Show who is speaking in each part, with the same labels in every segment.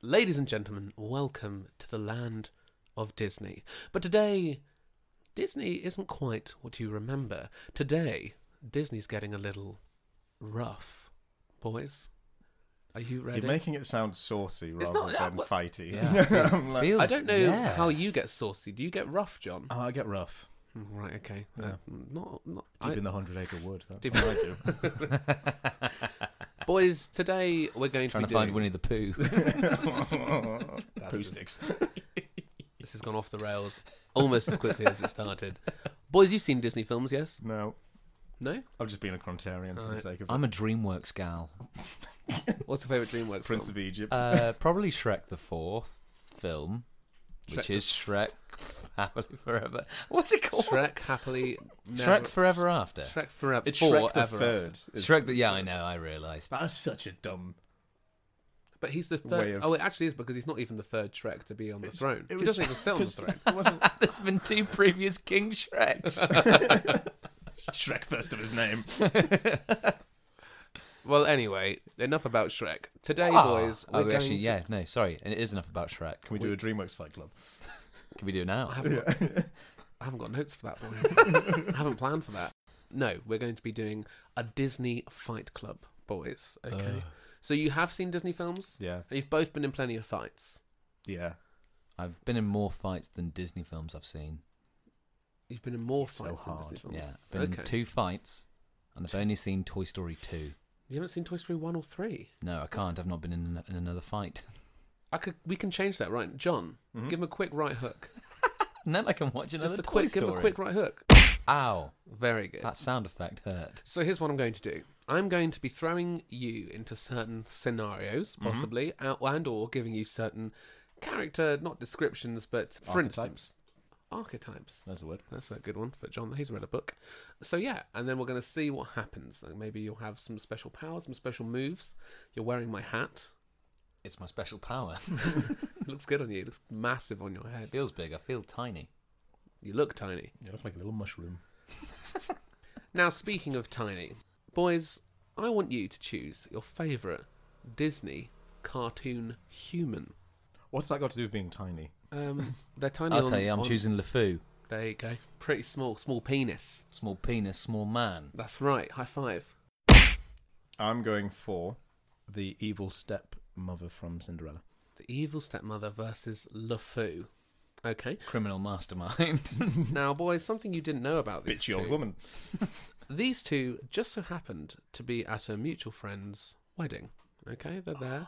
Speaker 1: Ladies and gentlemen, welcome to the land of Disney. But today, Disney isn't quite what you remember. Today, Disney's getting a little rough. Boys, are you ready?
Speaker 2: You're making it sound saucy rather
Speaker 1: not- uh,
Speaker 2: than
Speaker 1: what-
Speaker 2: fighty.
Speaker 3: Yeah.
Speaker 2: I'm like,
Speaker 1: I
Speaker 3: Feels-
Speaker 1: don't know
Speaker 3: yeah.
Speaker 1: how you get saucy. Do you get rough, John?
Speaker 2: oh, I get rough.
Speaker 1: Right, okay. Uh,
Speaker 2: Yeah.
Speaker 1: not, not,
Speaker 2: Deep
Speaker 1: I-
Speaker 2: in the hundred acre wood. That's
Speaker 1: Deep-
Speaker 2: what I do.
Speaker 1: Boys, today we're going to
Speaker 3: Trying
Speaker 1: be
Speaker 3: to find
Speaker 1: doing-
Speaker 3: Winnie the Pooh.
Speaker 2: Poo
Speaker 1: just-
Speaker 2: sticks.
Speaker 1: This has gone off the rails almost as quickly as it started. Boys, you've seen Disney films, yes?
Speaker 2: No,
Speaker 1: No?
Speaker 2: I've just been a Crontarian for the
Speaker 1: Alright.
Speaker 2: sake of
Speaker 3: I'm a DreamWorks gal.
Speaker 1: What's your favourite DreamWorks
Speaker 2: Prince
Speaker 1: film?
Speaker 2: of Egypt.
Speaker 3: Uh, probably Shrek the fourth film,
Speaker 1: Shrek
Speaker 3: which
Speaker 1: the-
Speaker 3: is Shrek Happily Forever. What's it called?
Speaker 1: Shrek, happily.
Speaker 3: Shrek Forever After.
Speaker 1: Shrek forever.
Speaker 2: it's
Speaker 1: forever.
Speaker 2: Shrek the Third. Is-
Speaker 3: Shrek. The, yeah, I know. I realised.
Speaker 2: That's such a dumb.
Speaker 1: But he's the
Speaker 2: Way
Speaker 1: third.
Speaker 2: of-
Speaker 1: Oh, it actually is because he's not even the third Shrek to be on the throne.
Speaker 2: it
Speaker 1: he
Speaker 2: was-
Speaker 1: doesn't even sit on the throne.
Speaker 2: It wasn't
Speaker 3: There's been two previous King Shreks.
Speaker 2: Shrek first of his name.
Speaker 1: Well, anyway, enough about Shrek. Today,
Speaker 2: Ah,
Speaker 1: boys, we're
Speaker 3: oh,
Speaker 1: going
Speaker 3: actually,
Speaker 1: to-
Speaker 3: yeah. No, sorry. And it is enough about Shrek.
Speaker 2: Can we do a DreamWorks Fight Club?
Speaker 3: Can we do it now?
Speaker 1: I haven't, got, I haven't got notes for that, boys. I haven't planned for that. No, we're going to be doing a Disney Fight Club, boys.
Speaker 2: Uh.
Speaker 1: Okay. So you have seen Disney films?
Speaker 2: Yeah,
Speaker 1: You've both been in plenty of fights.
Speaker 2: yeah.
Speaker 3: I've been in more fights than Disney films I've seen.
Speaker 1: You've been in more
Speaker 2: So
Speaker 1: fights than
Speaker 2: hard.
Speaker 1: Disney films.
Speaker 3: Yeah, been
Speaker 1: okay.
Speaker 3: in two fights, and I've only seen Toy Story two.
Speaker 1: You haven't seen Toy Story one or three.
Speaker 3: No, I can't. I've not been in, in another fight.
Speaker 1: I could. We can change that, right? John, give him a quick right hook.
Speaker 3: And then I can watch Mm-hmm. another
Speaker 1: Just a
Speaker 3: Toy
Speaker 1: quick.
Speaker 3: Story.
Speaker 1: Give him a quick right hook.
Speaker 3: Ow!
Speaker 1: Very good.
Speaker 3: That sound effect hurt.
Speaker 1: So here's what I'm going to do. I'm going to be throwing you into certain scenarios,
Speaker 3: Mm-hmm.
Speaker 1: possibly, ou- and or giving you certain character, not descriptions, but for instance, archetypes.
Speaker 2: That's the word.
Speaker 1: That's a good one for John. He's read a book. So yeah, and then we're going to see what happens. And maybe you'll have some special powers, some special moves. You're wearing my hat.
Speaker 3: It's my special power.
Speaker 1: It looks good on you. It looks massive on your head.
Speaker 3: Feels big. I feel tiny.
Speaker 1: You look tiny.
Speaker 2: You look like a little mushroom.
Speaker 1: Now, speaking of tiny, boys, I want you to choose your favourite Disney cartoon human.
Speaker 2: What's that got to do with being tiny?
Speaker 1: Um, they're tiny.
Speaker 3: I'll
Speaker 1: on,
Speaker 3: tell you, I'm
Speaker 1: on-
Speaker 3: choosing LeFou.
Speaker 1: There you go. Pretty small, small penis.
Speaker 3: Small penis, small man.
Speaker 1: That's right. High five.
Speaker 2: I'm going for the evil step mother from Cinderella.
Speaker 1: The evil stepmother versus LeFou. Okay.
Speaker 3: Criminal mastermind.
Speaker 1: Now, boys, something you didn't know about these
Speaker 2: Bitchy old
Speaker 1: two.
Speaker 2: woman.
Speaker 1: These two just so happened to be at a mutual friend's wedding. Okay, they're there.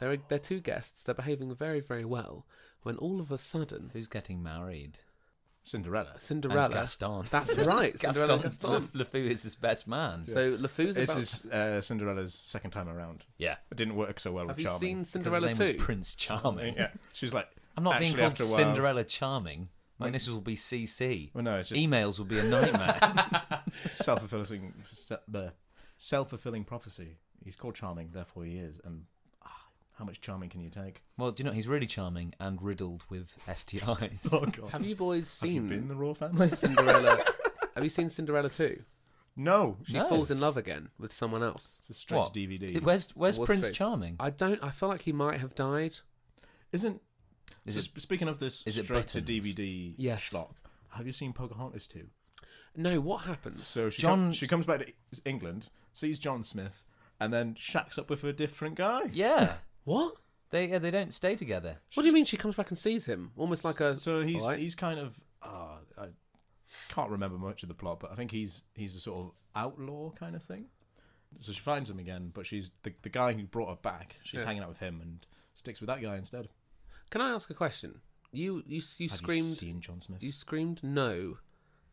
Speaker 1: They're, they're two guests. They're behaving very, very well. When all of a sudden,
Speaker 3: Who's getting married?
Speaker 2: Cinderella.
Speaker 3: And
Speaker 1: Cinderella.
Speaker 3: Gaston.
Speaker 1: That's right, Cinderella
Speaker 3: Gaston.
Speaker 1: Gaston.
Speaker 3: Le- LeFou is his best man.
Speaker 1: So LeFou's
Speaker 2: This
Speaker 1: about.
Speaker 2: is uh, Cinderella's second time around.
Speaker 3: yeah.
Speaker 2: It didn't work so well
Speaker 1: Have
Speaker 2: with
Speaker 1: you
Speaker 2: Charming.
Speaker 1: seen
Speaker 3: Because his
Speaker 1: Cinderella
Speaker 3: name
Speaker 1: too?
Speaker 3: was Prince Charming.
Speaker 2: Yeah, she's like.
Speaker 3: I'm not
Speaker 2: actually,
Speaker 3: being called
Speaker 2: after a while-
Speaker 3: Cinderella Charming. My initials will be CC.
Speaker 2: Well, no, it's just
Speaker 3: Emails will be a nightmare.
Speaker 2: self-fulfilling, se- the self-fulfilling prophecy. He's called Charming, therefore he is. And ah, how much charming can you take?
Speaker 3: well, do you know he's really charming and riddled with STIs.
Speaker 2: Oh, God.
Speaker 1: Have you boys
Speaker 2: you
Speaker 1: seen
Speaker 2: been the royal family?
Speaker 1: Cinderella? Have you seen Cinderella too?
Speaker 2: no,
Speaker 1: She
Speaker 3: No.
Speaker 1: falls in love again with someone else.
Speaker 2: it's a strange
Speaker 3: What?
Speaker 2: DVD.
Speaker 3: Where's Where's
Speaker 1: Wall
Speaker 3: Prince
Speaker 1: Street.
Speaker 3: Charming?
Speaker 1: I don't. I feel like he might have died.
Speaker 2: Isn't
Speaker 3: Is
Speaker 2: so
Speaker 3: it-
Speaker 2: sp- speaking of this
Speaker 3: is it
Speaker 2: straight to
Speaker 3: buttons?
Speaker 2: DVD
Speaker 1: Yes.
Speaker 2: schlock? Have you seen Pocahontas too?
Speaker 1: No, what happens?
Speaker 2: So she
Speaker 3: John-
Speaker 2: com- she comes back to E- England, sees John Smith, and then shacks up with a different guy.
Speaker 3: Yeah,
Speaker 1: What?
Speaker 3: they yeah, they don't stay together.
Speaker 1: What do you mean she comes back and sees him? Almost like a.
Speaker 2: So he's
Speaker 1: Alright.
Speaker 2: he's kind of uh, I can't remember much of the plot, but I think he's he's a sort of outlaw kind of thing. So she finds him again, but she's the the guy who brought her back. She's
Speaker 1: Yeah.
Speaker 2: hanging out with him and sticks with that guy instead.
Speaker 1: Can I ask a question? You you you
Speaker 2: Have you
Speaker 1: screamed you,
Speaker 2: seen John Smith?
Speaker 1: screamed no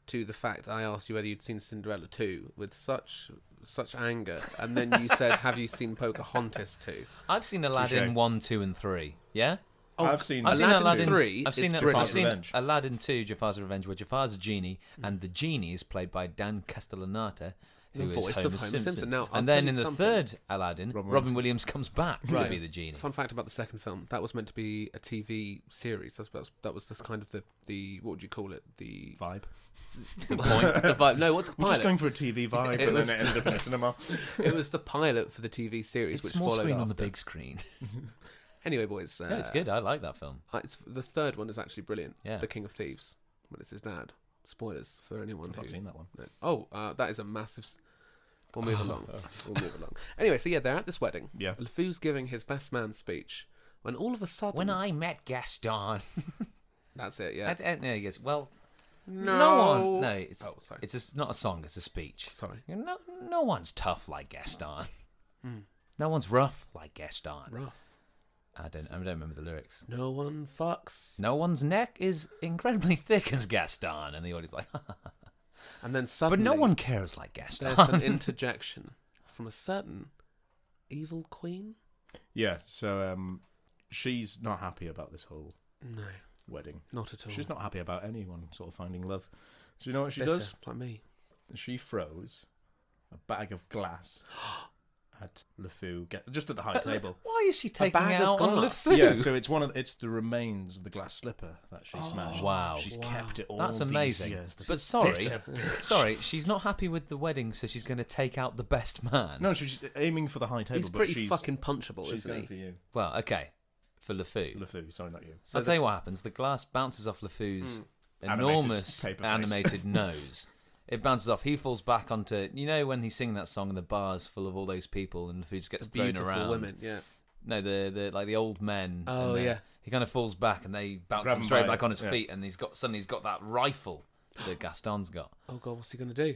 Speaker 1: to the fact I asked you whether you'd seen Cinderella too with such such anger, and then you said, "Have you seen Pocahontas too?"
Speaker 3: I've seen Aladdin
Speaker 2: Touche.
Speaker 3: one, two, and three. Yeah,
Speaker 1: Oh,
Speaker 2: I've seen
Speaker 3: I've seen
Speaker 1: Aladdin
Speaker 3: Aladdin
Speaker 1: three
Speaker 3: I've
Speaker 1: is
Speaker 3: seen I've
Speaker 1: brilliant.
Speaker 3: seen
Speaker 2: Revenge.
Speaker 3: Aladdin two, Jafar's Revenge, where Jafar's a genie and the genie is played by Dan Castellanata,
Speaker 1: The
Speaker 3: who is
Speaker 1: voice of
Speaker 3: Homer
Speaker 1: Homer
Speaker 3: Simpson.
Speaker 1: Simpson. Now, I'll
Speaker 3: and
Speaker 1: tell
Speaker 3: then
Speaker 1: you
Speaker 3: in the
Speaker 1: something.
Speaker 3: third Aladdin, Robin,
Speaker 2: Robin
Speaker 3: Williams comes back to
Speaker 1: Right.
Speaker 3: be the genie.
Speaker 1: Fun fact about the second film: that was meant to be a TV series. That's, that's that was this kind of the the what would you call it? The
Speaker 2: vibe.
Speaker 3: Good point.
Speaker 1: the vibe. No, what's a
Speaker 2: We're
Speaker 1: pilot?
Speaker 2: just going for a TV vibe,
Speaker 1: It
Speaker 2: and
Speaker 1: was-
Speaker 2: then it ended up in a cinema.
Speaker 1: It was the pilot for the TV series,
Speaker 3: It's
Speaker 1: which
Speaker 3: small
Speaker 1: followed
Speaker 3: screen on the
Speaker 1: after.
Speaker 3: big screen.
Speaker 1: Anyway, boys, uh,
Speaker 3: Yeah, it's good. I like that film.
Speaker 1: uh, It's the third one is actually brilliant.
Speaker 3: Yeah.
Speaker 1: The King of Thieves, when it's his dad. Spoilers for anyone
Speaker 2: I've
Speaker 1: who.
Speaker 2: not seen that one.
Speaker 1: No. Oh, uh, that is a massive. S- we'll move along. We'll move along. Anyway, so yeah, they're at this wedding.
Speaker 2: Yeah.
Speaker 1: LeFou's giving his best man speech when all of a sudden.
Speaker 3: When I met Gaston,
Speaker 1: That's it. Yeah.
Speaker 3: That's- uh, no, he goes, well,
Speaker 1: no.
Speaker 3: one, no, it's
Speaker 1: Oh, sorry.
Speaker 3: it's just not a song, it's a speech.
Speaker 1: Sorry.
Speaker 3: No, no one's tough like Gaston. No one's rough like Gaston.
Speaker 1: Rough.
Speaker 3: I don't, I don't remember the lyrics.
Speaker 1: No one fucks.
Speaker 3: No one's neck is incredibly thick as Gaston, and the audience like,
Speaker 1: And then
Speaker 3: but
Speaker 1: suddenly.
Speaker 3: no one cares like
Speaker 1: There's an
Speaker 3: Gaston.
Speaker 1: interjection from a certain evil queen.
Speaker 2: Yeah, so um, she's not happy about this whole
Speaker 1: No,
Speaker 2: wedding.
Speaker 1: not at all.
Speaker 2: She's not happy about anyone sort of finding love. So you know what she
Speaker 1: Bitter,
Speaker 2: does?
Speaker 1: like me.
Speaker 2: She throws a bag of glass at LeFou, get, just at the high table.
Speaker 3: Why is she taking
Speaker 1: bag of
Speaker 3: out on
Speaker 1: glass.
Speaker 3: LeFou?
Speaker 2: Yeah, so it's one of it's the remains of the glass slipper that she smashed.
Speaker 3: Wow.
Speaker 2: she's
Speaker 1: Oh, Wow.
Speaker 2: kept it all.
Speaker 3: That's
Speaker 2: these
Speaker 3: amazing.
Speaker 2: years.
Speaker 3: But sorry,
Speaker 2: Bitter bitch.
Speaker 3: sorry, she's not happy with the wedding, so she's going to take out the best man.
Speaker 2: No, she's aiming for the high table.
Speaker 1: He's
Speaker 2: but
Speaker 1: pretty
Speaker 2: she's,
Speaker 1: fucking punchable,
Speaker 2: She's
Speaker 1: isn't
Speaker 2: going
Speaker 1: he?
Speaker 2: for you,
Speaker 3: Well, okay, for LeFou.
Speaker 2: LeFou. Sorry, not you.
Speaker 1: So
Speaker 3: I'll
Speaker 1: the-
Speaker 3: tell you what happens. The glass bounces off LeFou's
Speaker 2: Animated
Speaker 3: enormous
Speaker 2: paper
Speaker 3: animated,
Speaker 2: face.
Speaker 3: nose. It bounces off. He falls back onto you know when he's singing that song and the bar's full of all those people and LeFou just gets thrown
Speaker 1: Beautiful
Speaker 3: around.
Speaker 1: women, yeah.
Speaker 3: No, the the like the old men. and
Speaker 1: Oh,
Speaker 3: the-
Speaker 1: yeah.
Speaker 3: He kind of falls back and they bounce
Speaker 2: Grab
Speaker 3: him
Speaker 2: him
Speaker 3: straight
Speaker 2: by
Speaker 3: back
Speaker 2: it,
Speaker 3: on his
Speaker 2: yeah.
Speaker 3: feet and he's got suddenly he's got that rifle that Gaston's got.
Speaker 1: Oh god, what's he gonna do?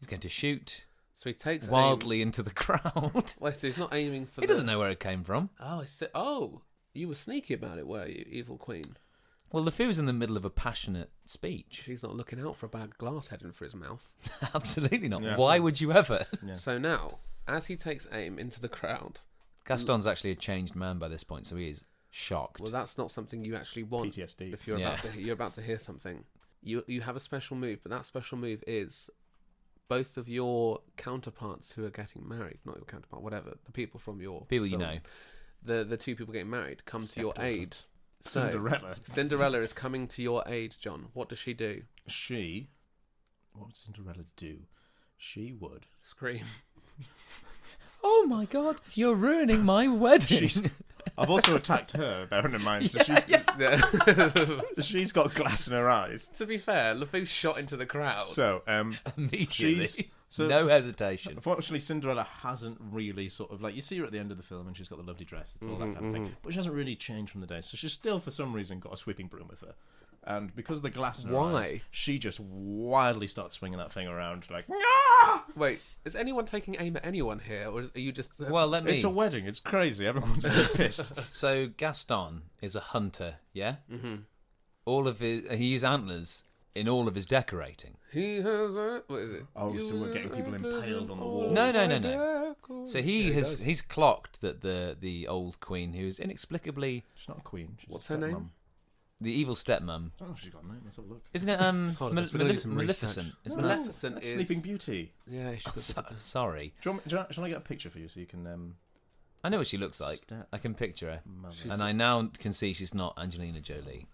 Speaker 3: He's going to shoot
Speaker 1: So he takes aim-
Speaker 3: wildly into the crowd.
Speaker 1: Wait, so he's not aiming for.
Speaker 3: he
Speaker 1: the...
Speaker 3: doesn't know where it came from.
Speaker 1: Oh, I see. Oh, you were sneaky about it, were you, evil queen?
Speaker 3: Well, LeFou's in the middle of a passionate speech.
Speaker 1: He's not looking out for a bag of glass heading for his mouth.
Speaker 3: Absolutely not.
Speaker 2: Yeah.
Speaker 3: Why would you ever?
Speaker 2: Yeah.
Speaker 1: So now, as he takes aim into the crowd,
Speaker 3: Gaston's actually a changed man by this point, so he is shocked.
Speaker 1: well, that's not something you actually want.
Speaker 2: PTSD.
Speaker 1: If you're
Speaker 3: Yeah.
Speaker 1: about to, you're about to hear something. You you have a special move, but that special move is both of your counterparts who are getting married, not your counterpart, whatever, the people from your
Speaker 3: People you
Speaker 1: film,
Speaker 3: know.
Speaker 1: the the two people getting married come to your
Speaker 2: Stepdaughter.
Speaker 1: aid. So,
Speaker 2: Cinderella.
Speaker 1: Cinderella is coming to your aid, John. What does she do?
Speaker 2: She, what would Cinderella do? She would.
Speaker 1: Scream.
Speaker 3: Oh my god, you're ruining my wedding.
Speaker 2: She's. I've also attacked her. Bearing in mind, so she's
Speaker 1: Yeah.
Speaker 2: she's got glass in her eyes.
Speaker 1: to be fair, LeFou shot into the crowd.
Speaker 2: So, um,
Speaker 3: Immediately.
Speaker 2: She's- so-
Speaker 3: no hesitation.
Speaker 2: unfortunately, Cinderella hasn't really sort of like you see her at the end of the film, and she's got the lovely dress. It's all
Speaker 1: Mm-hmm,
Speaker 2: that kind of thing, but she hasn't really changed from the day. So she's still, for some reason, got a sweeping broom with her. And because of the glass in her
Speaker 1: Why?
Speaker 2: eyes, she just wildly starts swinging that thing around like, "Ah!"
Speaker 1: Wait, is anyone taking aim at anyone here, or are you just?
Speaker 3: Well, let me.
Speaker 2: "It's a wedding. It's crazy. Everyone's a bit pissed."
Speaker 3: So Gaston is a hunter, yeah. Mm-hmm. All of his he uses antlers in all of his decorating.
Speaker 1: he has a. What is it?
Speaker 2: Oh, so we're getting people impaled on the wall.
Speaker 3: No, no, no, no.
Speaker 1: no.
Speaker 3: So he has he's clocked that the the old queen, who is inexplicably
Speaker 2: She's not a queen. She's
Speaker 1: What's
Speaker 2: a
Speaker 1: her name?
Speaker 3: the evil stepmum,
Speaker 2: stepmum. Oh, she's got a name. Let's have a look.
Speaker 3: isn't it? Um,
Speaker 1: Hold on,
Speaker 3: Male-
Speaker 1: let's- we're gonna do
Speaker 3: Malefic-
Speaker 1: some
Speaker 3: Maleficent,
Speaker 1: research.
Speaker 3: isn't that?
Speaker 1: Maleficent
Speaker 2: That's
Speaker 1: is
Speaker 2: Sleeping Beauty.
Speaker 1: Yeah, she was-
Speaker 3: So- sorry,
Speaker 2: Do you want, do you want- shall I get a picture for you so you can? Um,
Speaker 3: I know what she looks like.
Speaker 2: Step-
Speaker 3: I can picture her.
Speaker 2: mother.
Speaker 1: She's-
Speaker 3: And I now can see she's not Angelina Jolie.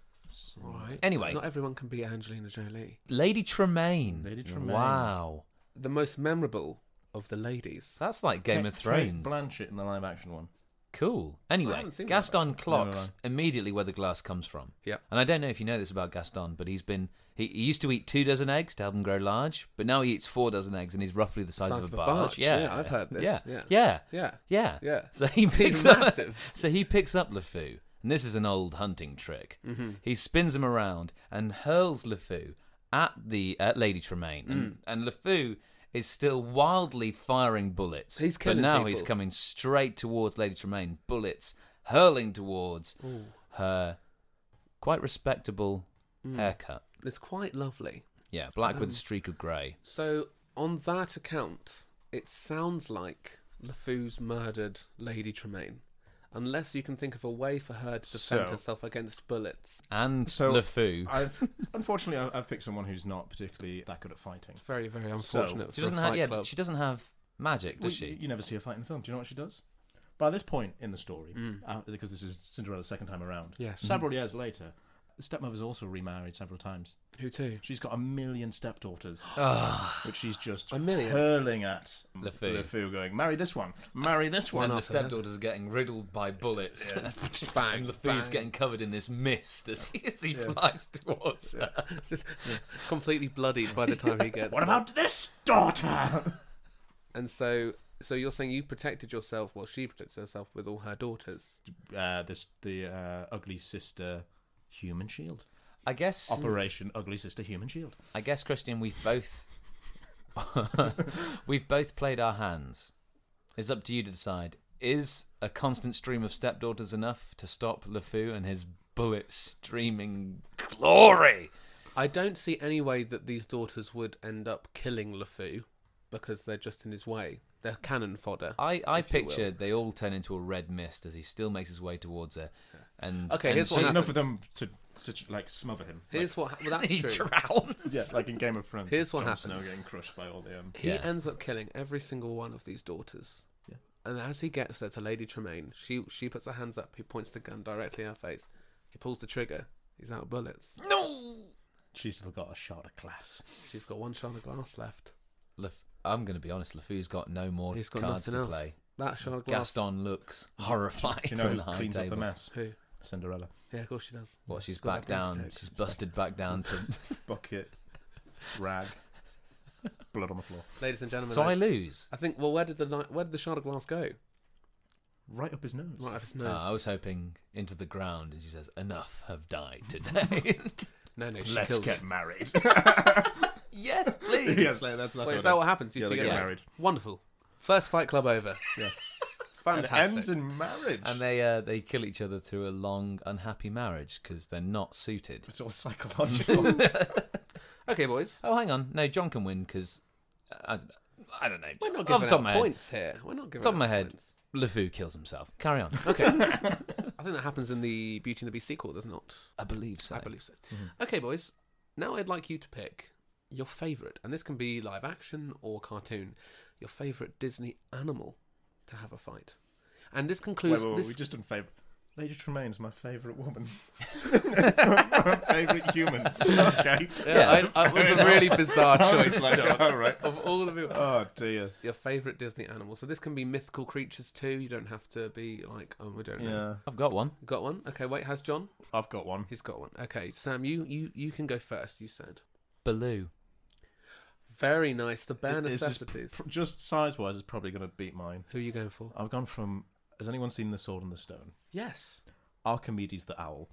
Speaker 1: all right.
Speaker 3: Anyway.
Speaker 1: not everyone can be Angelina Jolie.
Speaker 3: Lady Tremaine.
Speaker 2: Lady Tremaine.
Speaker 3: Wow.
Speaker 1: The most memorable of the ladies.
Speaker 3: That's like Game
Speaker 2: Kate-
Speaker 3: of Thrones.
Speaker 2: Kate Blanchett in the live action one.
Speaker 3: cool. Anyway,
Speaker 1: haven't seen that
Speaker 3: Gaston clocks
Speaker 2: Never
Speaker 3: immediately where the glass comes from.
Speaker 1: Yep.
Speaker 3: And I don't know if you know this about Gaston, but he's been. He, he used to eat two dozen eggs to help him grow large, but now he eats four dozen eggs and he's roughly the size, of a barge. Yeah.
Speaker 1: yeah, I've heard this,
Speaker 3: Yeah.
Speaker 1: yeah.
Speaker 3: Yeah.
Speaker 1: Yeah.
Speaker 3: Yeah.
Speaker 1: Yeah.
Speaker 3: So he picks
Speaker 1: He's
Speaker 3: up.
Speaker 1: massive.
Speaker 3: So he picks up LeFou, and this is an old hunting trick.
Speaker 1: Mm-hmm.
Speaker 3: He spins him around and hurls LeFou at the at Lady Tremaine,
Speaker 1: Mm.
Speaker 3: and, and LeFou is still wildly firing bullets.
Speaker 1: He's
Speaker 3: but
Speaker 1: killing
Speaker 3: now he's
Speaker 1: people.
Speaker 3: coming straight towards Lady Tremaine, bullets hurling towards her quite respectable
Speaker 1: Mm.
Speaker 3: haircut.
Speaker 1: It's quite lovely.
Speaker 3: Yeah, black
Speaker 1: Um.
Speaker 3: with a streak of grey.
Speaker 1: So, on that account, it sounds like LeFou's murdered Lady Tremaine. Unless you can think of a way for her to defend
Speaker 2: So-
Speaker 1: herself against bullets.
Speaker 3: And
Speaker 2: So,
Speaker 3: LeFou.
Speaker 2: I've unfortunately I- I've picked someone who's not particularly that good at fighting.
Speaker 1: It's very, very
Speaker 2: So-
Speaker 1: unfortunate. for
Speaker 3: she
Speaker 1: a
Speaker 3: doesn't have
Speaker 1: fight
Speaker 3: yeah,
Speaker 1: club.
Speaker 3: she doesn't have magic, does
Speaker 2: We-
Speaker 3: she?
Speaker 2: You never see her fight in the film. Do you know what she does?
Speaker 3: Mm.
Speaker 2: By this point in the story, uh, because this is Cinderella's second time around,
Speaker 3: Mm-hmm.
Speaker 1: Yes.
Speaker 2: several years later, stepmother's also remarried several times.
Speaker 1: Who to?
Speaker 2: She's got a million stepdaughters,
Speaker 3: Ah,
Speaker 2: which she's just
Speaker 1: A million?
Speaker 2: hurling at
Speaker 3: LeFou.
Speaker 2: LeFou, going, marry this one, marry this one.
Speaker 3: and the
Speaker 1: off with it.
Speaker 3: stepdaughters are getting riddled by bullets.
Speaker 1: Bang,
Speaker 3: and LeFou's
Speaker 1: bang.
Speaker 3: getting covered in this mist as he, as he flies towards her.
Speaker 1: Just completely bloodied by the time he gets.
Speaker 2: What
Speaker 1: there.
Speaker 2: about this daughter?
Speaker 1: And so, so you're saying you protected yourself while she protects herself with all her daughters.
Speaker 2: uh, this the uh, ugly sister human shield
Speaker 3: I guess.
Speaker 2: operation ugly sister human shield
Speaker 3: I guess, Christian, we've both we've both played our hands. It's up to you to decide. Is a constant stream of stepdaughters enough to stop LeFou and his bullet streaming glory?
Speaker 1: I don't see any way that these daughters would end up killing LeFou because they're just in his way. They're cannon fodder.
Speaker 3: I, I
Speaker 1: If you will.
Speaker 3: pictured they all turn into a red mist as he still makes his way towards her. And
Speaker 1: Okay,
Speaker 3: and
Speaker 1: here's what
Speaker 3: she-
Speaker 2: there's
Speaker 1: happens.
Speaker 2: enough of them to, to like smother him like,
Speaker 1: Here's what. Ha- well, that's
Speaker 3: he
Speaker 1: true.
Speaker 3: drowns.
Speaker 2: yeah like in Game of Thrones
Speaker 1: Here's what
Speaker 2: Jon Snow
Speaker 1: happens.
Speaker 2: getting crushed by all the um,
Speaker 1: He
Speaker 3: Yeah.
Speaker 1: ends up killing every single one of these daughters.
Speaker 2: Yeah.
Speaker 1: And as he gets there to Lady Tremaine, she she puts her hands up. He points the gun directly in her face. He pulls the trigger. He's out of bullets.
Speaker 3: No.
Speaker 2: she's still got a shot of class
Speaker 1: She's got one shard of glass left.
Speaker 3: Lef- I'm going to be honest. LeFou's got no more
Speaker 1: He's got
Speaker 3: cards
Speaker 1: nothing
Speaker 3: to
Speaker 1: else.
Speaker 3: play.
Speaker 1: That shard of glass.
Speaker 3: Gaston looks horrified
Speaker 2: do you know
Speaker 3: from
Speaker 2: who
Speaker 3: the high
Speaker 2: cleans
Speaker 3: table.
Speaker 2: up the mess
Speaker 1: Who?
Speaker 2: Cinderella
Speaker 1: Yeah, of course she does.
Speaker 3: Well, she's
Speaker 1: got
Speaker 3: back
Speaker 1: that
Speaker 3: down.
Speaker 1: broomstick.
Speaker 3: She's busted back down to.
Speaker 2: bucket rag blood on the floor
Speaker 1: Ladies and gentlemen,
Speaker 3: so
Speaker 1: I,
Speaker 3: I lose.
Speaker 1: I think. Well, where did the ni- where did the shard of glass go?
Speaker 2: right up his nose
Speaker 1: Right up his
Speaker 3: Uh,
Speaker 1: nose.
Speaker 3: I was hoping into the ground, and she says, "Enough have died today."
Speaker 1: no, no, she
Speaker 2: let's
Speaker 1: killed.
Speaker 2: get married
Speaker 3: yes, please.
Speaker 2: yes like, that's, that's
Speaker 1: Wait, is that what
Speaker 2: happens
Speaker 1: happens? You
Speaker 2: yeah
Speaker 1: two
Speaker 2: they
Speaker 1: get
Speaker 2: get
Speaker 1: married.
Speaker 2: married
Speaker 1: Wonderful. First Fight Club over.
Speaker 2: Yeah. and it
Speaker 1: Fantastic.
Speaker 2: ends in marriage
Speaker 3: And they uh, they kill each other through a long, unhappy marriage because they're not suited.
Speaker 2: it's all psychological
Speaker 1: Okay, boys.
Speaker 3: Oh, hang on. No, John can win because I, don't know. I don't know.
Speaker 1: We're not
Speaker 3: Off
Speaker 1: giving
Speaker 3: the top of
Speaker 1: out
Speaker 3: my head.
Speaker 1: points here. We're not giving
Speaker 3: Top
Speaker 1: out
Speaker 3: of my head.
Speaker 1: points.
Speaker 3: LeFou kills himself. Carry on.
Speaker 1: Okay. I think that happens in the Beauty and the Beast sequel, does not?
Speaker 3: I believe so. mm-hmm.
Speaker 1: I believe so. Okay, boys. Now I'd like you to pick your favourite, and this can be live action or cartoon, your favourite Disney animal to have a fight. And this concludes.
Speaker 2: Wait, wait, wait,
Speaker 1: this-
Speaker 2: we just done favourite. Lady Tremaine's my favourite woman. my favourite human. Okay.
Speaker 1: yeah,
Speaker 3: Yeah.
Speaker 1: I, I, it was a really bizarre
Speaker 2: I
Speaker 1: choice.
Speaker 2: was like,
Speaker 1: John.
Speaker 2: all right.
Speaker 1: Of all the people,
Speaker 2: Oh dear.
Speaker 1: your favourite Disney animal. So this can be mythical creatures too. You don't have to be like, oh, we don't know.
Speaker 2: Yeah.
Speaker 3: I've got one.
Speaker 1: Got one? Okay, wait. How's John?
Speaker 2: I've got one.
Speaker 1: He's got one. Okay, Sam, you you you can go first. You said.
Speaker 3: Baloo.
Speaker 1: Very nice. The bare
Speaker 2: This is pr-
Speaker 1: necessities.
Speaker 2: pr- just size wise, is probably going to beat mine.
Speaker 1: Who are you going for?
Speaker 2: I've gone from. Has anyone seen The Sword and the Stone?
Speaker 1: Yes.
Speaker 2: Archimedes the Owl.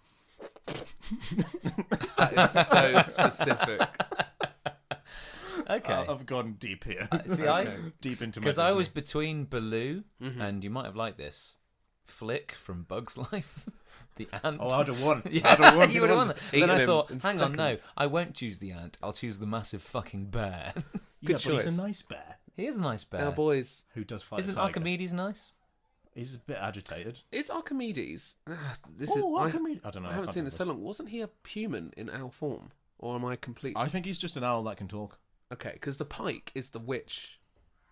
Speaker 1: That is so specific.
Speaker 3: Okay.
Speaker 2: I- Uh, I've gone deep here.
Speaker 3: see, I-
Speaker 2: deep into my.
Speaker 3: Because I was
Speaker 2: Disney.
Speaker 3: between Baloo
Speaker 1: Mm-hmm.
Speaker 3: and you might have liked this Flick from Bugs Life, the ant.
Speaker 2: Oh, I'd have won.
Speaker 3: yeah,
Speaker 2: I'd have won.
Speaker 3: you would have won.
Speaker 1: Just
Speaker 3: Then
Speaker 1: eaten
Speaker 3: I
Speaker 1: him
Speaker 3: thought,
Speaker 1: in
Speaker 3: hang on, no, I won't choose the ant. I'll choose the massive fucking bear.
Speaker 2: Yeah,
Speaker 1: Good
Speaker 2: but he's
Speaker 1: choice.
Speaker 2: a nice bear
Speaker 3: he is a nice bear.
Speaker 1: Now, boys,
Speaker 2: who does fight. a
Speaker 3: Isn't
Speaker 2: tiger.
Speaker 3: Archimedes nice?
Speaker 2: He's a bit agitated.
Speaker 1: is Archimedes? ah, This
Speaker 2: oh,
Speaker 1: is. I-
Speaker 2: Archimedes! I, don't know.
Speaker 1: I,
Speaker 2: I
Speaker 1: haven't
Speaker 2: can't
Speaker 1: seen this so
Speaker 2: remember.
Speaker 1: long. Wasn't he a human in owl form, or am I complete?
Speaker 2: I think he's just an owl that can talk.
Speaker 1: Okay, because the pike is the witch.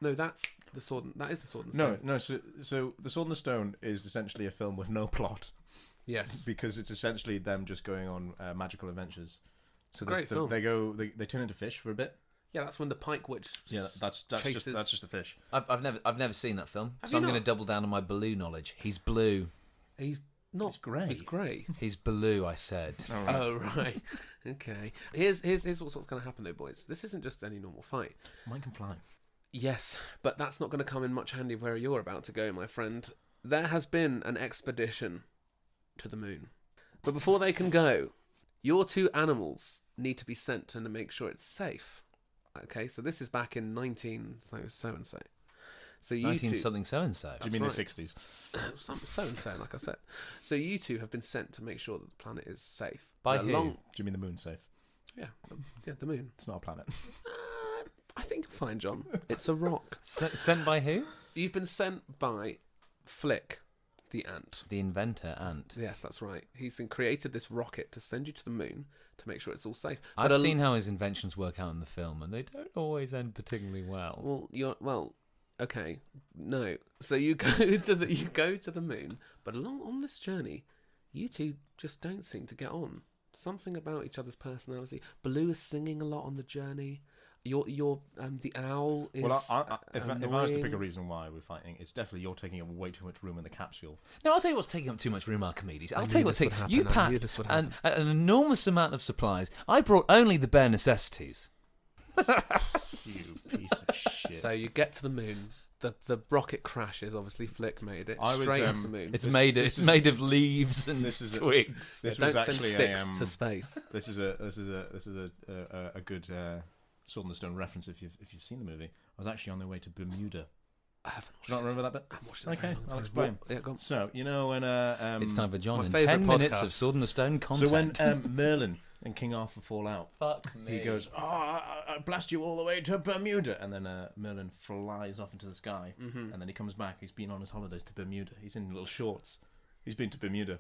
Speaker 1: No, that's the sword. and- That is the sword. And
Speaker 2: No,
Speaker 1: stone.
Speaker 2: no. So, so the Sword and the Stone is essentially a film with no plot
Speaker 1: Yes.
Speaker 2: because it's essentially them just going on uh, magical adventures. So they-
Speaker 1: Great
Speaker 2: they,
Speaker 1: film.
Speaker 2: they go, they, they turn into fish for a bit.
Speaker 1: Yeah, that's when the pike witch.
Speaker 2: Yeah, that's that's
Speaker 1: chases.
Speaker 2: just that's just a fish.
Speaker 3: I've, I've never, I've never seen that film,
Speaker 1: Have
Speaker 3: so
Speaker 1: you
Speaker 3: I'm
Speaker 1: not?
Speaker 3: going to double down on my Baloo knowledge. He's blue.
Speaker 1: He's not.
Speaker 2: He's grey.
Speaker 1: He's grey.
Speaker 3: He's Baloo. I said.
Speaker 2: Uh,
Speaker 1: Oh right, okay. Here's here's here's what's what's going to happen though, boys. This isn't just any normal fight.
Speaker 2: Mine can fly.
Speaker 1: Yes, but that's not going to come in much handy where you're about to go, my friend. There has been an expedition to the moon, but before they can go, your two animals need to be sent and to make sure it's safe. Okay, so this is back in nineteen so so and so. So you
Speaker 3: Nineteen
Speaker 1: two,
Speaker 3: something so and so.
Speaker 2: Do you mean the sixties?
Speaker 1: some so and so, like I said. So you two have been sent to make sure that the planet is safe.
Speaker 3: By
Speaker 1: And
Speaker 3: who?
Speaker 2: Do
Speaker 1: along-
Speaker 2: you mean the moon safe?
Speaker 1: yeah, yeah, the moon.
Speaker 2: It's not a planet.
Speaker 1: Uh, I think you're fine, John. It's a rock.
Speaker 3: S- sent by who?
Speaker 1: You've been sent by Flick, the ant.
Speaker 3: The inventor ant.
Speaker 1: Yes, that's right. He's created this rocket to send you to the moon to make sure it's all safe.
Speaker 3: I've
Speaker 1: But a-
Speaker 3: seen how his inventions work out in the film, and they don't always end particularly well.
Speaker 1: Well, you're well. Okay, no. So you go to the you go to the moon, but along on this journey, you two just don't seem to get on. something about each other's personality. Blue is singing a lot on the journey. Your your um the owl is.
Speaker 2: Well, I, I, if, I, if I was to pick a
Speaker 1: annoying.
Speaker 2: reason why we're fighting, it's definitely you're taking up way too much room in the capsule.
Speaker 3: No, I'll tell you what's taking up too much room, Archimedes. I'll
Speaker 1: knew
Speaker 3: tell you what's
Speaker 1: this would
Speaker 3: taking. You
Speaker 1: happen. I knew
Speaker 3: packed
Speaker 1: this would
Speaker 3: an, an enormous amount of supplies. I brought only the bare necessities.
Speaker 2: You piece of shit.
Speaker 1: So you get to the moon. The the rocket crashes. Obviously, Flick made it
Speaker 2: I was,
Speaker 1: straight into
Speaker 2: um,
Speaker 1: the moon.
Speaker 3: It's
Speaker 2: This-
Speaker 3: made of,
Speaker 2: this
Speaker 3: it's
Speaker 2: is-
Speaker 3: made of leaves and
Speaker 2: this is a-
Speaker 3: twigs.
Speaker 2: this
Speaker 1: Yeah,
Speaker 2: was
Speaker 1: don't send
Speaker 2: actually a,
Speaker 1: sticks
Speaker 2: um,
Speaker 1: to space.
Speaker 2: This is a this is a this is a a, a- a good uh, Sword in the Stone reference if you've if you've seen the movie. I was actually on the way to Bermuda.
Speaker 1: I haven't watched
Speaker 2: Do you
Speaker 1: it.
Speaker 2: not remember that bit?
Speaker 1: I haven't watched it. in a
Speaker 2: Okay,
Speaker 1: very long
Speaker 2: I'll
Speaker 1: time.
Speaker 2: explain.
Speaker 1: What- Yeah, go on.
Speaker 2: So you know when uh, um,
Speaker 3: it's time for John
Speaker 1: my
Speaker 3: in
Speaker 1: favourite
Speaker 3: ten minutes
Speaker 1: podcast.
Speaker 3: of Sword and the Stone content.
Speaker 2: so when um, Merlin and King Arthur fall out,
Speaker 1: uh,
Speaker 3: Fuck me.
Speaker 2: he goes, "Oh, I, I- I blast you all the way to Bermuda," and then uh, Merlin flies off into the sky,
Speaker 1: Mm-hmm.
Speaker 2: and then he comes back. He's been on his holidays to Bermuda. He's in little shorts. He's been to Bermuda.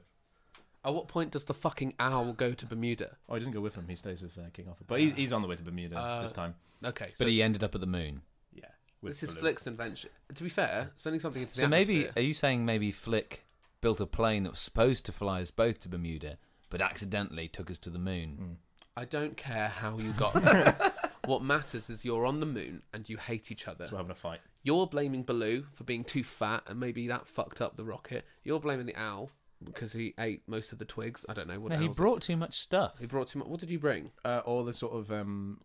Speaker 1: At what point does the fucking owl go to Bermuda?
Speaker 2: Oh, he doesn't go with him. He stays with uh, King Arthur, but he, he's on the way to Bermuda
Speaker 1: Ah. Uh,
Speaker 2: this time.
Speaker 1: Okay, so
Speaker 3: but he ended up at the moon.
Speaker 2: Yeah, with
Speaker 1: this is
Speaker 2: Baloo.
Speaker 1: Flick's invention. To be fair, sending something into the
Speaker 3: So maybe
Speaker 1: atmosphere-
Speaker 3: are you saying maybe Flick built a plane that was supposed to fly us both to Bermuda, but accidentally took us to the
Speaker 1: Hmm.
Speaker 3: moon?
Speaker 1: I don't care how you got there. what matters is you're on the moon and you hate each other.
Speaker 2: So we're having a fight.
Speaker 1: You're blaming Baloo for being too fat and maybe that fucked up the rocket. You're blaming the owl because he ate most of the twigs. I don't know what
Speaker 3: No, he
Speaker 1: owls-
Speaker 3: brought too much stuff.
Speaker 1: He brought too much. What did you bring?
Speaker 2: Uh, all the sort of um,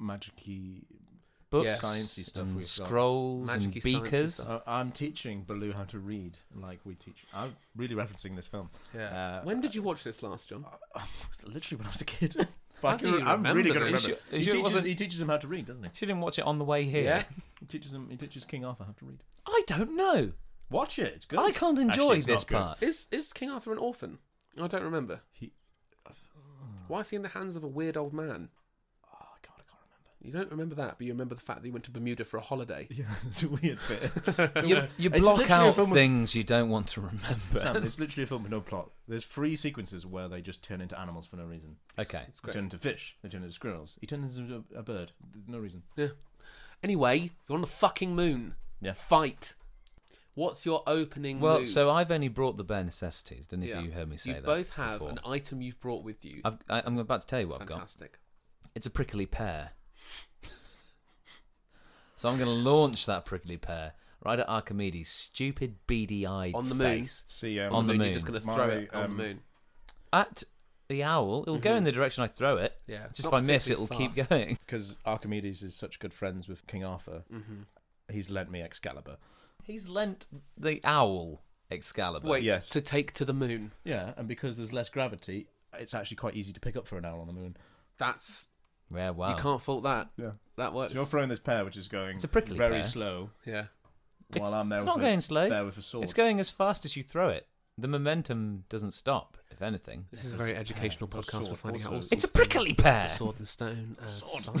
Speaker 2: magic-y...
Speaker 3: Books,
Speaker 1: Yes.
Speaker 2: Sciencey stuff
Speaker 3: and
Speaker 2: we've got.
Speaker 3: scrolls, and
Speaker 1: Magic-y sciencey
Speaker 3: beakers.
Speaker 1: stuff.
Speaker 2: Uh, I'm teaching Baloo how to read, like we teach. I'm really referencing this film.
Speaker 1: Yeah.
Speaker 2: Uh,
Speaker 1: when did you watch this last, John?
Speaker 2: Literally when I was a kid.
Speaker 1: How
Speaker 2: I
Speaker 1: do you
Speaker 2: am really
Speaker 1: remember
Speaker 2: good at
Speaker 1: this?
Speaker 2: remember.
Speaker 3: Are you sure- are you
Speaker 2: he,
Speaker 3: sure it
Speaker 2: teaches,
Speaker 3: wasn't-
Speaker 2: he teaches him how to read, doesn't he?
Speaker 3: Should not watch it on the way here.
Speaker 1: Yeah.
Speaker 2: He teaches him. He teaches King Arthur how to read.
Speaker 3: I don't know.
Speaker 2: Watch it. It's good.
Speaker 3: I can't enjoy
Speaker 2: Actually, it's
Speaker 3: this
Speaker 2: not good.
Speaker 3: part.
Speaker 1: Is is King Arthur an orphan? I don't remember.
Speaker 2: He-
Speaker 1: Why is he in the hands of a weird old man?
Speaker 2: Oh God, I can't remember.
Speaker 1: You don't remember that, but you remember the fact that you went to Bermuda for a holiday.
Speaker 2: Yeah, it's a weird bit. It's
Speaker 3: You,
Speaker 2: weird.
Speaker 3: you
Speaker 2: It's
Speaker 3: block
Speaker 2: literally a
Speaker 3: out
Speaker 2: film with-
Speaker 3: things you don't want to remember.
Speaker 2: Sam, it's literally a film with no plot. There's three sequences where they just turn into animals for no reason.
Speaker 3: Okay.
Speaker 1: It's
Speaker 2: They
Speaker 1: great.
Speaker 2: turn into fish. They turn into squirrels. He turns into a, a bird. No reason.
Speaker 1: Yeah. Anyway, you're on the fucking moon.
Speaker 2: Yeah.
Speaker 1: Fight. What's your opening
Speaker 3: Well,
Speaker 1: move?
Speaker 3: so I've only brought the bare necessities. Don't know
Speaker 1: Yeah.
Speaker 3: if you heard me say
Speaker 1: you
Speaker 3: that.
Speaker 1: both have
Speaker 3: before.
Speaker 1: an item you've brought with you.
Speaker 3: I've, I, I'm about to tell you what I've got.
Speaker 1: Fantastic.
Speaker 3: It's a prickly pear. so I'm going to launch that prickly pear right at Archimedes' stupid beady-eyed
Speaker 1: On the moon.
Speaker 3: face.
Speaker 2: See, um,
Speaker 3: On the
Speaker 1: moon,
Speaker 3: moon.
Speaker 1: You're just going to
Speaker 2: My,
Speaker 1: throw it on
Speaker 2: um,
Speaker 1: the moon.
Speaker 3: At the owl, it'll go in the direction I throw it.
Speaker 1: Mm-hmm. Yeah, it's
Speaker 3: Just if
Speaker 1: not
Speaker 3: I miss, it'll
Speaker 1: particularly
Speaker 3: keep
Speaker 1: fast.
Speaker 3: going.
Speaker 2: because Archimedes is such good friends with King Arthur, he's lent me Excalibur.
Speaker 3: He's lent the owl Excalibur.
Speaker 1: Wait,
Speaker 2: yes.
Speaker 1: to take to the moon.
Speaker 2: Yeah, and because there's less gravity, it's actually quite easy to pick up for an owl on the moon.
Speaker 1: That's
Speaker 3: Yeah, wow.
Speaker 1: you can't fault that.
Speaker 2: Yeah.
Speaker 1: That works.
Speaker 2: So you're throwing this pair, which is going
Speaker 3: It's a prickly
Speaker 2: very
Speaker 3: pear.
Speaker 2: slow,
Speaker 1: yeah.
Speaker 3: It's-
Speaker 2: while I'm there.
Speaker 3: it's
Speaker 2: with
Speaker 3: not
Speaker 2: a
Speaker 3: going slow.
Speaker 2: There with a sword.
Speaker 3: It's going as fast as you throw it. The momentum doesn't stop, if anything.
Speaker 1: This is a very educational
Speaker 2: Yeah,
Speaker 1: podcast.
Speaker 2: sword
Speaker 1: We're finding out
Speaker 2: also
Speaker 1: all
Speaker 2: is-
Speaker 1: sorts
Speaker 3: It's a
Speaker 1: of things.
Speaker 3: prickly pear.
Speaker 1: Sword and stone. Uh,
Speaker 2: Sword.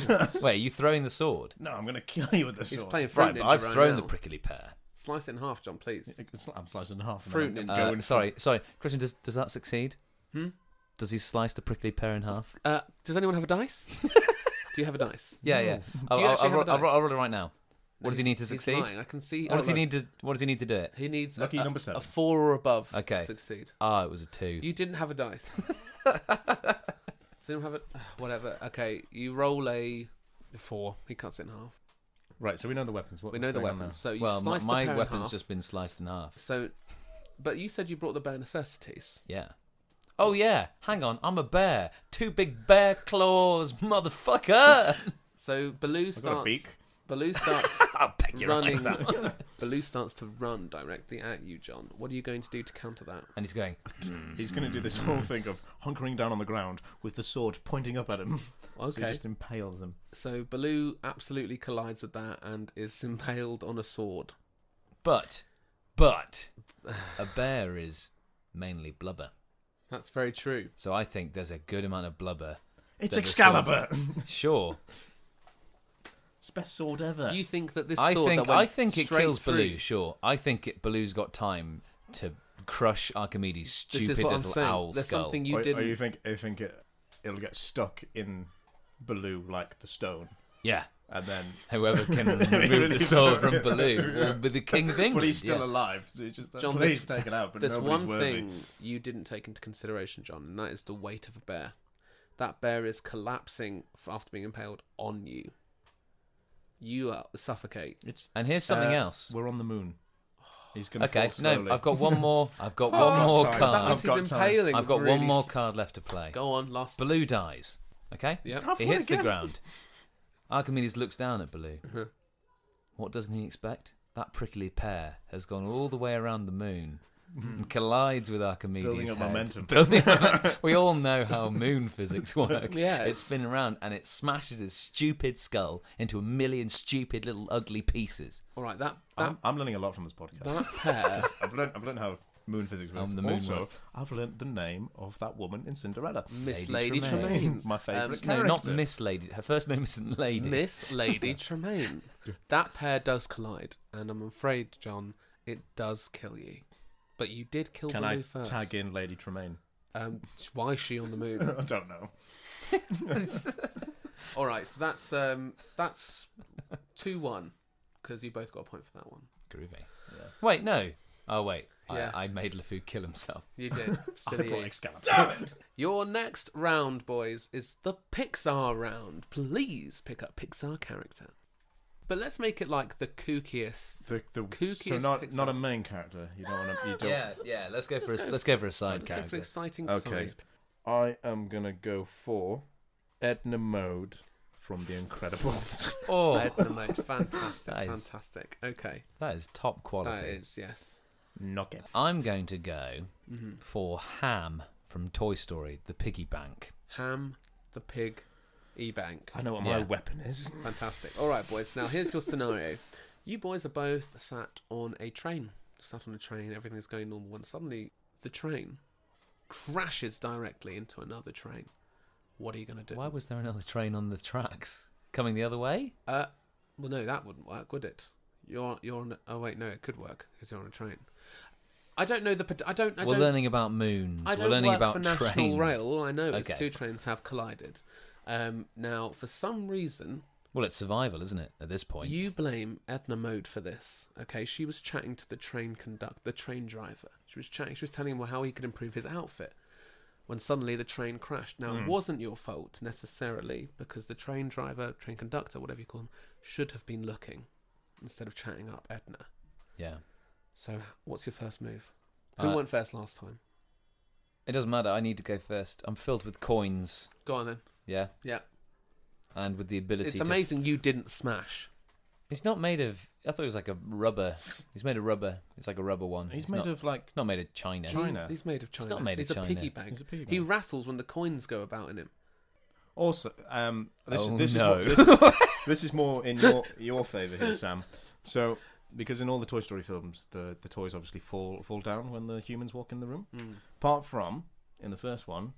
Speaker 1: science.
Speaker 3: Wait, are you throwing the sword?
Speaker 2: No, I'm going to kill you with the
Speaker 1: He's
Speaker 2: sword.
Speaker 1: playing
Speaker 3: Right,
Speaker 1: fruit
Speaker 3: but
Speaker 1: ninja
Speaker 3: I've
Speaker 1: right
Speaker 3: thrown
Speaker 1: now.
Speaker 3: the prickly pear.
Speaker 1: Slice it in half, John, please.
Speaker 2: It's- I'm slicing in half. and
Speaker 1: Fruit
Speaker 2: then
Speaker 1: ninja.
Speaker 2: I'm
Speaker 3: Uh,
Speaker 2: going
Speaker 3: sorry, sorry, Christian. Does does that succeed?
Speaker 1: Hmm?
Speaker 3: Does he slice the prickly pear in half?
Speaker 1: Uh, does anyone have a dice? Do you have a dice?
Speaker 3: Yeah, yeah. I'll,
Speaker 1: Do you actually
Speaker 3: I'll, I'll,
Speaker 1: have a
Speaker 3: roll- I'll,
Speaker 1: dice?
Speaker 3: roll- I'll roll it right now. What does he
Speaker 1: He's-
Speaker 3: need to
Speaker 1: he's
Speaker 3: succeed?
Speaker 1: lying. I can see.
Speaker 3: What does he
Speaker 1: oh,
Speaker 3: need to What does he need to do it?
Speaker 1: look. He needs
Speaker 2: Lucky
Speaker 1: a,
Speaker 2: number
Speaker 1: a
Speaker 2: seven.
Speaker 1: four or above
Speaker 3: Okay.
Speaker 1: to succeed.
Speaker 3: Ah, it was a two.
Speaker 1: You didn't have a dice. Does anyone have a uh, whatever? Okay, you roll a four. He cuts it in half.
Speaker 2: Right, so we know the weapons. What,
Speaker 1: We
Speaker 2: what's
Speaker 1: know the
Speaker 2: going on
Speaker 1: weapons. So you
Speaker 3: well, my,
Speaker 1: slice
Speaker 3: my
Speaker 1: the pear in
Speaker 3: weapon's
Speaker 1: half.
Speaker 3: just been sliced in half.
Speaker 1: So, but you said you brought the bare necessities.
Speaker 3: Yeah. Oh yeah. Hang on. I'm a bear. Two big bear claws, motherfucker.
Speaker 1: So Baloo
Speaker 2: now. I've got
Speaker 1: starts.
Speaker 2: a beak.
Speaker 1: Baloo starts
Speaker 3: I'll peck your
Speaker 1: running.
Speaker 3: eyes out.
Speaker 1: Baloo starts to run directly at you, John. What are you going to do to counter that?
Speaker 3: And he's going.
Speaker 2: He's going to do this whole thing of hunkering down on the ground with the sword pointing up at him. So he
Speaker 1: Okay.
Speaker 2: just impales him.
Speaker 1: So Baloo absolutely collides with that and is impaled on a sword.
Speaker 3: But, but, a bear is mainly blubber.
Speaker 1: That's very true.
Speaker 3: So I think there's a good amount of blubber.
Speaker 2: It's
Speaker 3: that the sword's-
Speaker 2: Excalibur!
Speaker 3: Sure.
Speaker 2: it's best sword ever.
Speaker 1: You think that this
Speaker 3: Uh, I
Speaker 1: sword
Speaker 3: think
Speaker 1: that went
Speaker 3: I think it
Speaker 1: straight
Speaker 3: kills
Speaker 1: through,
Speaker 3: Baloo. Sure, I think it, Baloo's got time to crush
Speaker 1: This
Speaker 3: Archimedes'
Speaker 1: is
Speaker 3: stupid
Speaker 1: what I'm
Speaker 3: little
Speaker 1: saying.
Speaker 3: owl
Speaker 1: There's
Speaker 3: skull.
Speaker 1: something you
Speaker 2: or,
Speaker 1: didn't.
Speaker 2: or you think you think it it'll get stuck in Baloo like the stone,
Speaker 3: Yeah,
Speaker 2: and then
Speaker 3: whoever can remove the sword from Baloo will be the king of England.
Speaker 2: but he's still
Speaker 3: yeah.
Speaker 2: alive. So it's just like,
Speaker 1: John,
Speaker 2: please
Speaker 1: there's-
Speaker 2: take it out. But
Speaker 1: There's
Speaker 2: nobody's
Speaker 1: one
Speaker 2: worthy.
Speaker 1: thing you didn't take into consideration, John, and that is the weight of a bear. that bear is collapsing f- after being impaled on you. You are, suffocate.
Speaker 2: It's
Speaker 3: And here's something
Speaker 2: uh,
Speaker 3: else.
Speaker 2: We're on the moon. He's gonna
Speaker 3: Okay,
Speaker 2: fall
Speaker 3: no,
Speaker 2: slowly.
Speaker 3: I've got one more. I've got
Speaker 1: Oh,
Speaker 3: one more
Speaker 1: That
Speaker 2: time.
Speaker 3: card.
Speaker 1: means
Speaker 2: I've got
Speaker 1: he's
Speaker 2: time.
Speaker 1: impaling.
Speaker 3: I've got
Speaker 1: really
Speaker 3: one more
Speaker 1: s-
Speaker 3: card left to play.
Speaker 1: Go on, last.
Speaker 3: Baloo dies. Okay?
Speaker 1: Yep.
Speaker 2: I've
Speaker 3: It
Speaker 2: won
Speaker 3: hits the
Speaker 2: again.
Speaker 3: ground. Archimedes looks down at Baloo. What doesn't he expect? That prickly pear has gone all the way around the moon and collides with Archimedes'
Speaker 2: Hmm. Building up
Speaker 3: head.
Speaker 2: momentum.
Speaker 3: Building up momentum. we all know how moon physics work.
Speaker 1: Yeah.
Speaker 3: It's spinning around and it smashes his stupid skull into a million stupid little ugly pieces.
Speaker 1: All right, that that
Speaker 2: I'm, I'm learning a lot from this podcast.
Speaker 1: that pair.
Speaker 2: I've learned I've learned how moon physics works.
Speaker 3: Um, the moon
Speaker 2: also,
Speaker 3: works.
Speaker 2: I've learned the name of that woman in Cinderella.
Speaker 1: Miss Lady,
Speaker 3: Lady
Speaker 1: Tremaine.
Speaker 3: Tremaine. Uh,
Speaker 2: My favourite
Speaker 1: Um,
Speaker 3: No, not
Speaker 2: Character.
Speaker 3: Miss Lady. Her first name isn't Lady.
Speaker 1: Miss Lady Tremaine. That pair does collide, and I'm afraid, John, it does kill you. But you did kill
Speaker 2: Can
Speaker 1: Baloo
Speaker 2: I
Speaker 1: first.
Speaker 2: tag in Lady Tremaine?
Speaker 1: Um, why is she on the moon?
Speaker 2: I don't know.
Speaker 1: All right, so that's um, that's two one because you both got a point for that one.
Speaker 3: Groovy. Wait, no. Oh, wait.
Speaker 1: Yeah.
Speaker 3: I, I made LeFou kill himself.
Speaker 1: You did.
Speaker 2: I
Speaker 1: Silly
Speaker 2: bought
Speaker 1: you.
Speaker 2: Excalibur. Damn it!
Speaker 1: Your next round, boys, is the Pixar round. Please pick up Pixar character. But let's make it like the kookiest.
Speaker 2: The, the, so
Speaker 1: Kookiest
Speaker 2: not
Speaker 1: Pixar.
Speaker 2: not a main character. You don't want to. You don't.
Speaker 3: Yeah, yeah. Let's go for a let's go for a side
Speaker 1: Let's go for
Speaker 3: character.
Speaker 1: exciting
Speaker 2: Okay.
Speaker 1: side.
Speaker 2: I am gonna go for Edna Mode from The Incredibles.
Speaker 3: Oh,
Speaker 1: Edna Mode. Fantastic.
Speaker 3: That is-
Speaker 1: fantastic. Okay.
Speaker 3: that is top quality.
Speaker 1: That is, yes.
Speaker 2: Knock it.
Speaker 3: I'm going to go
Speaker 1: Mm-hmm.
Speaker 3: for Ham from Toy Story, the piggy bank.
Speaker 1: Ham, the pig, E-Bank.
Speaker 2: I know what my
Speaker 3: Yeah.
Speaker 2: weapon is.
Speaker 1: Fantastic. All right, boys. Now, here's your scenario. You boys are both sat on a train. Sat on a train, everything's going normal, when suddenly the train crashes directly into another train. What are you going to do?
Speaker 3: Why was there another train on the tracks coming the other way?
Speaker 1: Uh, well, no, that wouldn't work, would it? You're you're on. Oh wait, no, it could work because you're on a train. I don't know the. pod- I don't. I
Speaker 3: We're
Speaker 1: don't.
Speaker 3: learning about moons.
Speaker 1: I don't
Speaker 3: We're learning
Speaker 1: work
Speaker 3: about
Speaker 1: for
Speaker 3: trains.
Speaker 1: National Rail. All I know
Speaker 3: Okay.
Speaker 1: is two trains have collided. Um, now, for some reason,
Speaker 3: Well, it's survival, isn't it? At this point,
Speaker 1: You blame Edna Mode for this. Okay, she was chatting to the train conduct, the train driver. She was chatting. She was telling him how he could improve his outfit. When suddenly the train crashed. Now
Speaker 3: Hmm.
Speaker 1: it wasn't your fault necessarily because the train driver, train conductor, whatever you call him, should have been looking instead of chatting up Edna.
Speaker 3: yeah.
Speaker 1: So what's your first move? Who
Speaker 3: Uh,
Speaker 1: went first last time?
Speaker 3: It doesn't matter. I need to go first. I'm filled with coins.
Speaker 1: Go on then.
Speaker 3: Yeah,
Speaker 1: Yeah,
Speaker 3: and with the ability.
Speaker 1: it's
Speaker 3: to-
Speaker 1: amazing you didn't smash.
Speaker 3: It's not made of. I thought it was like a rubber. It's made of rubber. It's like a rubber one.
Speaker 2: He's
Speaker 3: It's
Speaker 2: made
Speaker 3: not,
Speaker 2: of like.
Speaker 3: It's not made of china.
Speaker 2: China.
Speaker 1: He's, he's made of China.
Speaker 3: not made of
Speaker 1: he's a
Speaker 3: China.
Speaker 1: piggy bank.
Speaker 2: He's a piggy
Speaker 1: He
Speaker 2: bank.
Speaker 1: rattles when the coins go about in him.
Speaker 2: Also, um, this,
Speaker 3: Oh,
Speaker 2: is this
Speaker 3: no.
Speaker 2: is more, this, this is more in your your favor here, Sam. So, because in all the Toy Story films, the the toys obviously fall fall down when the humans walk in the room.
Speaker 1: Hmm.
Speaker 2: Apart from in the first one,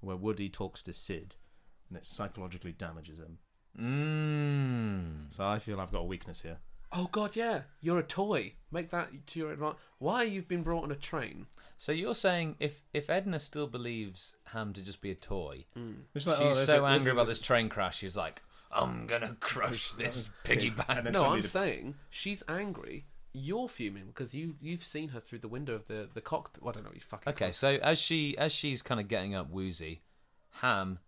Speaker 2: where Woody talks to Sid, and it psychologically damages him.
Speaker 3: Mmm.
Speaker 2: So I feel I've got a weakness here.
Speaker 1: Oh God, yeah, you're a toy. Make that to your advantage. Why you've been brought on a train?
Speaker 3: So you're saying if if Edna still believes Ham to just be a toy,
Speaker 1: Mm.
Speaker 2: It's
Speaker 3: she's
Speaker 2: like, oh, there's
Speaker 3: so
Speaker 2: a- there's
Speaker 3: angry
Speaker 2: a-
Speaker 3: about this train crash, she's like, "I'm gonna crush this piggy bank."
Speaker 2: then
Speaker 1: No,
Speaker 2: somebody
Speaker 1: I'm
Speaker 2: to-
Speaker 1: saying she's angry. You're fuming because you you've seen her through the window of the the cockpit. Well, I don't know. what You fucking
Speaker 3: Okay, so as she as she's kind of getting up woozy, Ham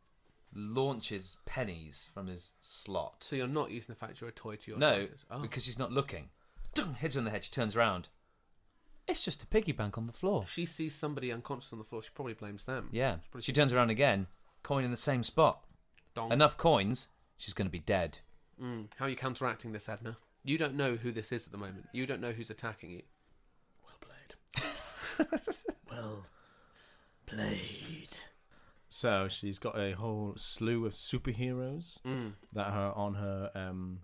Speaker 3: launches pennies from his slot.
Speaker 1: So you're not using the fact you're a toy to your
Speaker 3: No,
Speaker 1: advantage. Oh.
Speaker 3: because she's not looking. Dung, hits her on the head. She turns around. It's just a piggy bank on the floor.
Speaker 1: she sees somebody unconscious on the floor. She probably blames them.
Speaker 3: Yeah. She turns around again. Coin in the same spot.
Speaker 1: Donk.
Speaker 3: Enough coins. She's going to be dead.
Speaker 1: Mm. How are you counteracting this, Edna? You don't know who this is at the moment. You don't know who's attacking you.
Speaker 2: Well played. well played. So she's got a whole slew of superheroes
Speaker 1: Mm.
Speaker 2: that are on her um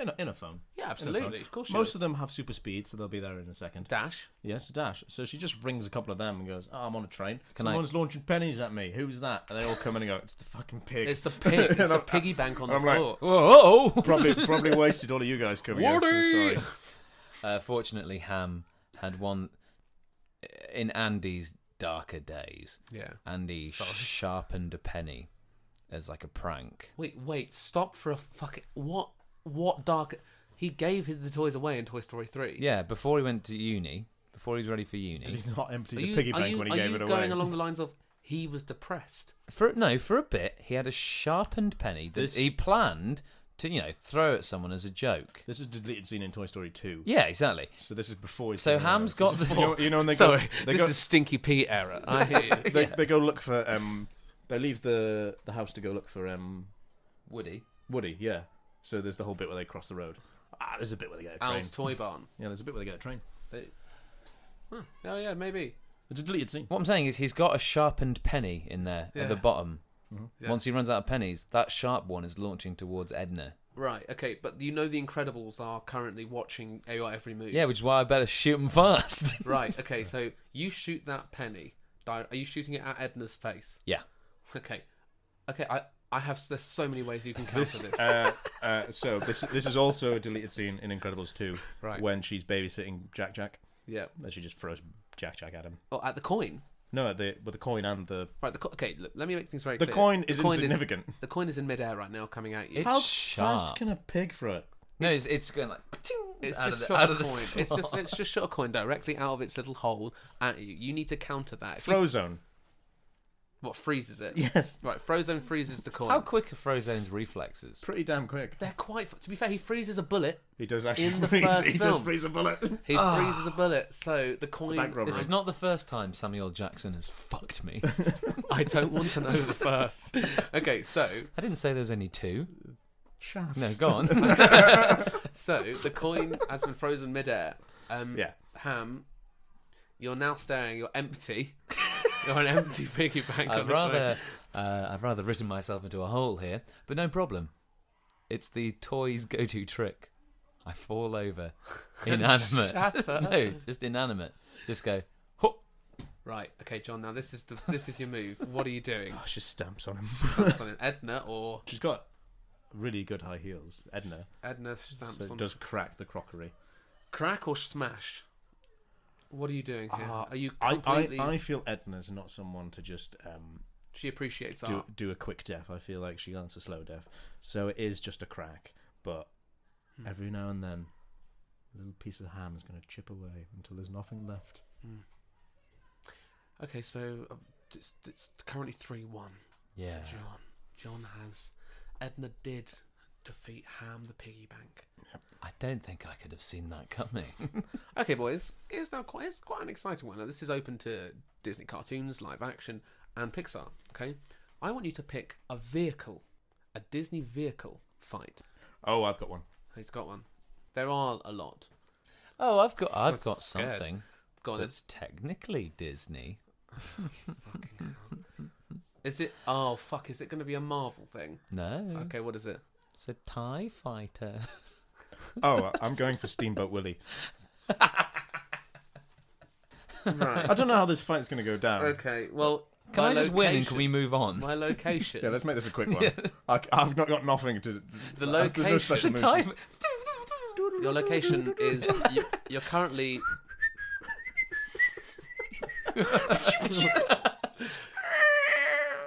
Speaker 2: in a, in a phone.
Speaker 1: Yeah,
Speaker 2: In a
Speaker 1: absolutely.
Speaker 2: phone.
Speaker 1: Of course she
Speaker 2: Most
Speaker 1: is.
Speaker 2: of them have super speed, so they'll be there in a second.
Speaker 1: Dash.
Speaker 2: yes, Dash. So she just rings a couple of them and goes, oh, "I'm on a train.
Speaker 3: Can I-
Speaker 2: Someone's launching pennies at me. Who's that?" And they all come in and go, "It's the fucking pig."
Speaker 1: It's the pig. It's the piggy bank on the
Speaker 2: I'm like,
Speaker 1: floor.
Speaker 3: Oh!
Speaker 2: probably probably wasted all of you guys coming. here, so
Speaker 1: Woody!
Speaker 2: sorry.
Speaker 3: Uh, fortunately, Ham had one in Andy's darker days.
Speaker 1: yeah.
Speaker 3: Andy sharpened a penny as like a prank.
Speaker 1: Wait, wait, stop for a fucking what? What dark? He gave his the toys away in Toy Story three.
Speaker 3: Yeah, before he went to uni, before he was ready for uni.
Speaker 2: Did he not empty
Speaker 1: are
Speaker 2: the
Speaker 1: you,
Speaker 2: piggy
Speaker 1: are
Speaker 2: bank
Speaker 1: you,
Speaker 2: when he
Speaker 1: are
Speaker 2: gave
Speaker 1: you
Speaker 2: it away?
Speaker 1: going along the lines of he was depressed.
Speaker 3: For no, for a bit, he had a sharpened penny that
Speaker 2: This-
Speaker 3: he planned to, you know, throw at someone as a joke.
Speaker 2: This is a deleted scene in Toy Story 2.
Speaker 3: Yeah, exactly.
Speaker 2: So this is before. he's
Speaker 3: So
Speaker 2: been
Speaker 3: Ham's
Speaker 2: around.
Speaker 3: got the-
Speaker 2: You know, you know when they
Speaker 1: Sorry,
Speaker 2: go. They
Speaker 1: this
Speaker 2: go,
Speaker 1: is Stinky Pete error. I hear you.
Speaker 2: they, they go look for. Um, they leave the the house to go look for um,
Speaker 3: Woody.
Speaker 2: Woody. Yeah. So there's the whole bit where they cross the road. Ah, there's a bit where they get a train.
Speaker 1: Al's Toy Barn.
Speaker 2: yeah, there's a bit where they get a train.
Speaker 1: They... Huh. Oh yeah, maybe.
Speaker 2: It's a deleted scene.
Speaker 3: What I'm saying is he's got a sharpened penny in there at the
Speaker 1: Yeah. Mm-hmm.
Speaker 3: bottom.
Speaker 1: Yeah.
Speaker 3: Once he runs out of pennies, that sharp one is launching towards Edna.
Speaker 1: Right. Okay, but you know the Incredibles are currently watching AR every move.
Speaker 3: Yeah, which is why I better shoot him fast.
Speaker 1: Right. Okay. So you shoot that penny. Di- Are you shooting it at Edna's face?
Speaker 3: yeah.
Speaker 1: Okay. Okay. I I have. There's so many ways you can counter this.
Speaker 2: This, uh, uh, so this this is also a deleted scene in Incredibles 2
Speaker 1: Right.
Speaker 2: when she's babysitting Jack Jack
Speaker 1: Yeah.
Speaker 2: and she just throws Jack Jack at him.
Speaker 1: Well, at the coin.
Speaker 2: No, the with the coin and the
Speaker 1: Right. The co- okay. Look, let me make things very
Speaker 2: the
Speaker 1: clear.
Speaker 2: coin is insignificant.
Speaker 1: the coin is in midair right now, coming at you.
Speaker 3: It's sharp.
Speaker 2: fast can a pig throw it?
Speaker 3: No, it's, it's going like "Pting!"
Speaker 1: It's
Speaker 3: out
Speaker 1: just
Speaker 3: of the,
Speaker 1: shot
Speaker 3: out
Speaker 1: a
Speaker 3: of the
Speaker 1: coin. It's just
Speaker 3: slot.
Speaker 1: it's just shot a coin directly out of its little hole at you. You need to counter that. If you-
Speaker 2: Frozone.
Speaker 1: what freezes it?
Speaker 2: Yes.
Speaker 1: Right, Frozone freezes the coin.
Speaker 3: How quick are Frozone's reflexes?
Speaker 2: Pretty damn quick.
Speaker 1: They're quite. f- To be fair, he freezes a bullet.
Speaker 2: He does actually
Speaker 1: In the
Speaker 2: freeze.
Speaker 1: first
Speaker 2: he does
Speaker 1: film.
Speaker 2: freeze a bullet.
Speaker 1: He freezes a bullet. So the coin.
Speaker 2: bank robbery.
Speaker 3: This is not the first time Samuel Jackson has fucked me.
Speaker 1: I don't want to know the first. Okay, so
Speaker 3: I didn't say there was only two.
Speaker 2: Shaft.
Speaker 3: No, go on.
Speaker 1: so the coin has been frozen midair. Um,
Speaker 2: Yeah.
Speaker 1: Ham, you're now staring. You're empty. You're an empty piggy bank. of its
Speaker 3: I've
Speaker 1: own.
Speaker 3: rather, uh, I've rather written myself into a hole here, but no problem. It's the toys go-to trick. I fall over, inanimate.
Speaker 1: shatter.
Speaker 3: no, just inanimate. Just go. Hop.
Speaker 1: Right. Okay, John. Now this is the this is your move. What are you doing?
Speaker 2: Oh, she stamps on him.
Speaker 1: Stamps on an Edna or
Speaker 2: She's got really good high heels. Edna.
Speaker 1: Edna stamps
Speaker 2: So it
Speaker 1: on
Speaker 2: does crack the crockery.
Speaker 1: crack or smash. What are you doing here?
Speaker 2: Ah,
Speaker 1: are you
Speaker 2: I,
Speaker 1: completely?
Speaker 2: I, I feel Edna's not someone to just um,
Speaker 1: She appreciates
Speaker 2: do
Speaker 1: art.
Speaker 2: do a quick death. I feel like she learns a slow death. So it is just a crack, but
Speaker 1: Hmm.
Speaker 2: every now and then, a little piece of ham is going to chip away until there's nothing left.
Speaker 1: Okay, so um, it's, it's currently three one.
Speaker 3: Yeah.
Speaker 1: to John. John has. Edna did defeat Ham the piggy bank.
Speaker 3: I don't think I could have seen that coming.
Speaker 1: Okay, boys, it's now quite it's quite an exciting one. Now this is open to Disney cartoons, live action, and Pixar. Okay, I want you to pick a vehicle, a Disney vehicle fight.
Speaker 2: Oh, I've got one.
Speaker 1: He's got one. There are a lot.
Speaker 3: oh, I've got, I've got
Speaker 1: Scared.
Speaker 3: something
Speaker 1: Go on. then.
Speaker 3: that's technically Disney.
Speaker 1: Is it? Oh fuck! Is it going to be a Marvel thing?
Speaker 3: No,
Speaker 1: Okay, what is it?
Speaker 3: it's a Tie Fighter.
Speaker 2: Oh, I'm going for Steamboat Willie.
Speaker 1: Right.
Speaker 2: I don't know how this fight's going to go down.
Speaker 1: okay. Well,
Speaker 3: Can
Speaker 1: my
Speaker 3: I just win and
Speaker 1: location-
Speaker 3: can we move on?
Speaker 1: My location.
Speaker 2: Yeah, let's make this a quick one. I, have not got nothing to.
Speaker 1: The
Speaker 2: there's no
Speaker 1: location.
Speaker 2: special
Speaker 3: It's a
Speaker 2: moves.
Speaker 3: Tie.
Speaker 1: Your location is you, you're currently.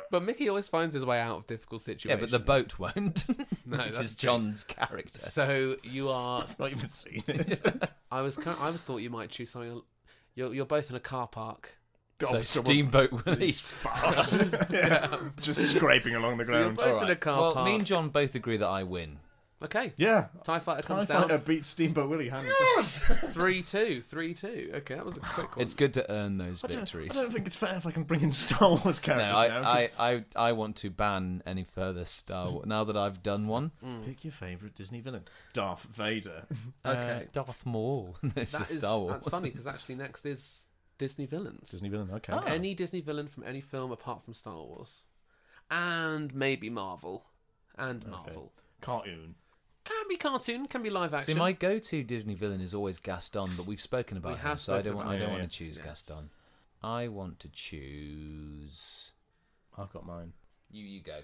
Speaker 1: but Mickey always finds his way out of difficult
Speaker 3: Yeah,
Speaker 1: situations.
Speaker 3: but the boat won't.
Speaker 1: No,
Speaker 3: which
Speaker 1: that's
Speaker 3: is
Speaker 1: true.
Speaker 3: John's character.
Speaker 1: So you are.
Speaker 2: Not even seen it.
Speaker 1: I was. Cur- I was thought you might choose something. You're, you're both in a car park.
Speaker 3: So
Speaker 2: Oh, someone-
Speaker 3: Steamboat Willie's.
Speaker 2: Yeah, Just scraping along the
Speaker 1: So you're
Speaker 2: ground.
Speaker 1: both in a
Speaker 2: Alright.
Speaker 1: car
Speaker 3: Well,
Speaker 1: park.
Speaker 3: me and John both agree that I win.
Speaker 1: Okay.
Speaker 2: Yeah.
Speaker 1: Tie fighter
Speaker 2: Tie
Speaker 1: comes
Speaker 2: Fighter
Speaker 1: down.
Speaker 2: beats Steamboat Willie hand.
Speaker 1: Three two. Three two. Okay, that was a quick one.
Speaker 3: It's good to earn those
Speaker 2: I don't- I
Speaker 3: victories.
Speaker 2: don't think it's fair if I can bring in Star Wars
Speaker 3: No,
Speaker 2: characters now. 'cause-
Speaker 3: I, I, I, I want to ban any further Star Wars. Now that I've done one,
Speaker 2: Pick your favourite Disney villain. Darth Vader.
Speaker 1: Okay.
Speaker 3: Uh, Darth Maul. it's
Speaker 1: That
Speaker 3: just
Speaker 1: is-
Speaker 3: Star Wars.
Speaker 1: That's funny because actually next is Disney villains.
Speaker 2: Disney villain, okay.
Speaker 1: Oh. Any Disney villain from any film apart from Star Wars, and maybe Marvel, and Marvel
Speaker 2: Cartoon.
Speaker 1: can be cartoon, can be live
Speaker 3: See,
Speaker 1: action.
Speaker 3: my go-to Disney villain is always Gaston, but we've spoken about
Speaker 1: We
Speaker 3: him,
Speaker 1: have
Speaker 3: so I
Speaker 1: spoken
Speaker 3: don't want.
Speaker 1: about
Speaker 3: I don't
Speaker 2: him,
Speaker 3: want
Speaker 2: yeah.
Speaker 3: to choose
Speaker 1: Yes.
Speaker 3: Gaston. I want to choose.
Speaker 2: I've got mine.
Speaker 3: You, you go.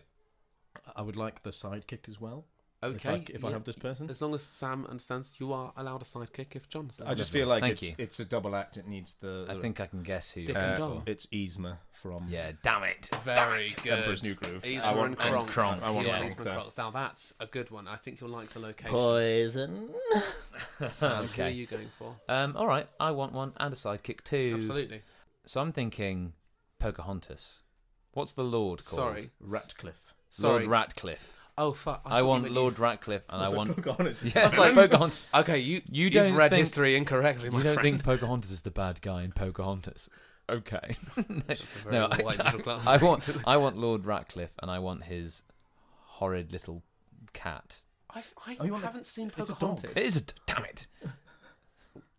Speaker 2: I would like the sidekick as well. If
Speaker 1: okay,
Speaker 2: I, if I
Speaker 1: yeah.
Speaker 2: have this person.
Speaker 1: as long as Sam understands, you are allowed a sidekick if John's there.
Speaker 2: I just feel like
Speaker 3: Thank
Speaker 2: it's,
Speaker 3: you.
Speaker 2: it's a double act. It needs the.
Speaker 3: I think I can guess who.
Speaker 1: Dick
Speaker 3: you're
Speaker 1: and
Speaker 2: uh,
Speaker 3: going
Speaker 1: Dog.
Speaker 3: for.
Speaker 2: it's Yzma from
Speaker 3: Yeah, damn it.
Speaker 1: Very good.
Speaker 2: Emperor's New Groove.
Speaker 1: Yzma
Speaker 2: I
Speaker 1: and
Speaker 2: want
Speaker 1: Kronk.
Speaker 2: Kronk. I want
Speaker 1: Yeah,
Speaker 2: Kronk
Speaker 1: Yzma
Speaker 2: there.
Speaker 1: Croc. Now that's a good one. I think you'll like the location.
Speaker 2: Poison.
Speaker 1: Sam, Who are
Speaker 3: okay.
Speaker 1: you going for?
Speaker 3: Um, all right, I want one and a sidekick too.
Speaker 1: Absolutely.
Speaker 3: So I'm thinking Pocahontas. What's the Lord called?
Speaker 1: Sorry.
Speaker 2: Ratcliffe.
Speaker 1: Sorry.
Speaker 3: Lord Ratcliffe.
Speaker 1: oh fuck.
Speaker 3: I,
Speaker 1: thought you
Speaker 3: want
Speaker 1: meant
Speaker 3: Lord Ratcliffe, and I want.
Speaker 2: Pocahontas.
Speaker 3: Yeah, it's like Pocahontas.
Speaker 1: you. Okay, you
Speaker 3: You
Speaker 1: you've
Speaker 3: don't
Speaker 1: read
Speaker 3: think-
Speaker 1: history incorrectly. My
Speaker 3: You don't
Speaker 1: friend.
Speaker 3: think Pocahontas is the bad guy in Pocahontas? Okay.
Speaker 1: It's a very
Speaker 3: no, I,
Speaker 1: white middle class.
Speaker 3: I want I want Lord Ratcliffe, and I want his horrid little cat.
Speaker 1: I've, I
Speaker 2: Oh, you want the-
Speaker 1: haven't seen
Speaker 2: it's a dog.
Speaker 1: Pocahontas.
Speaker 3: It is a damn it,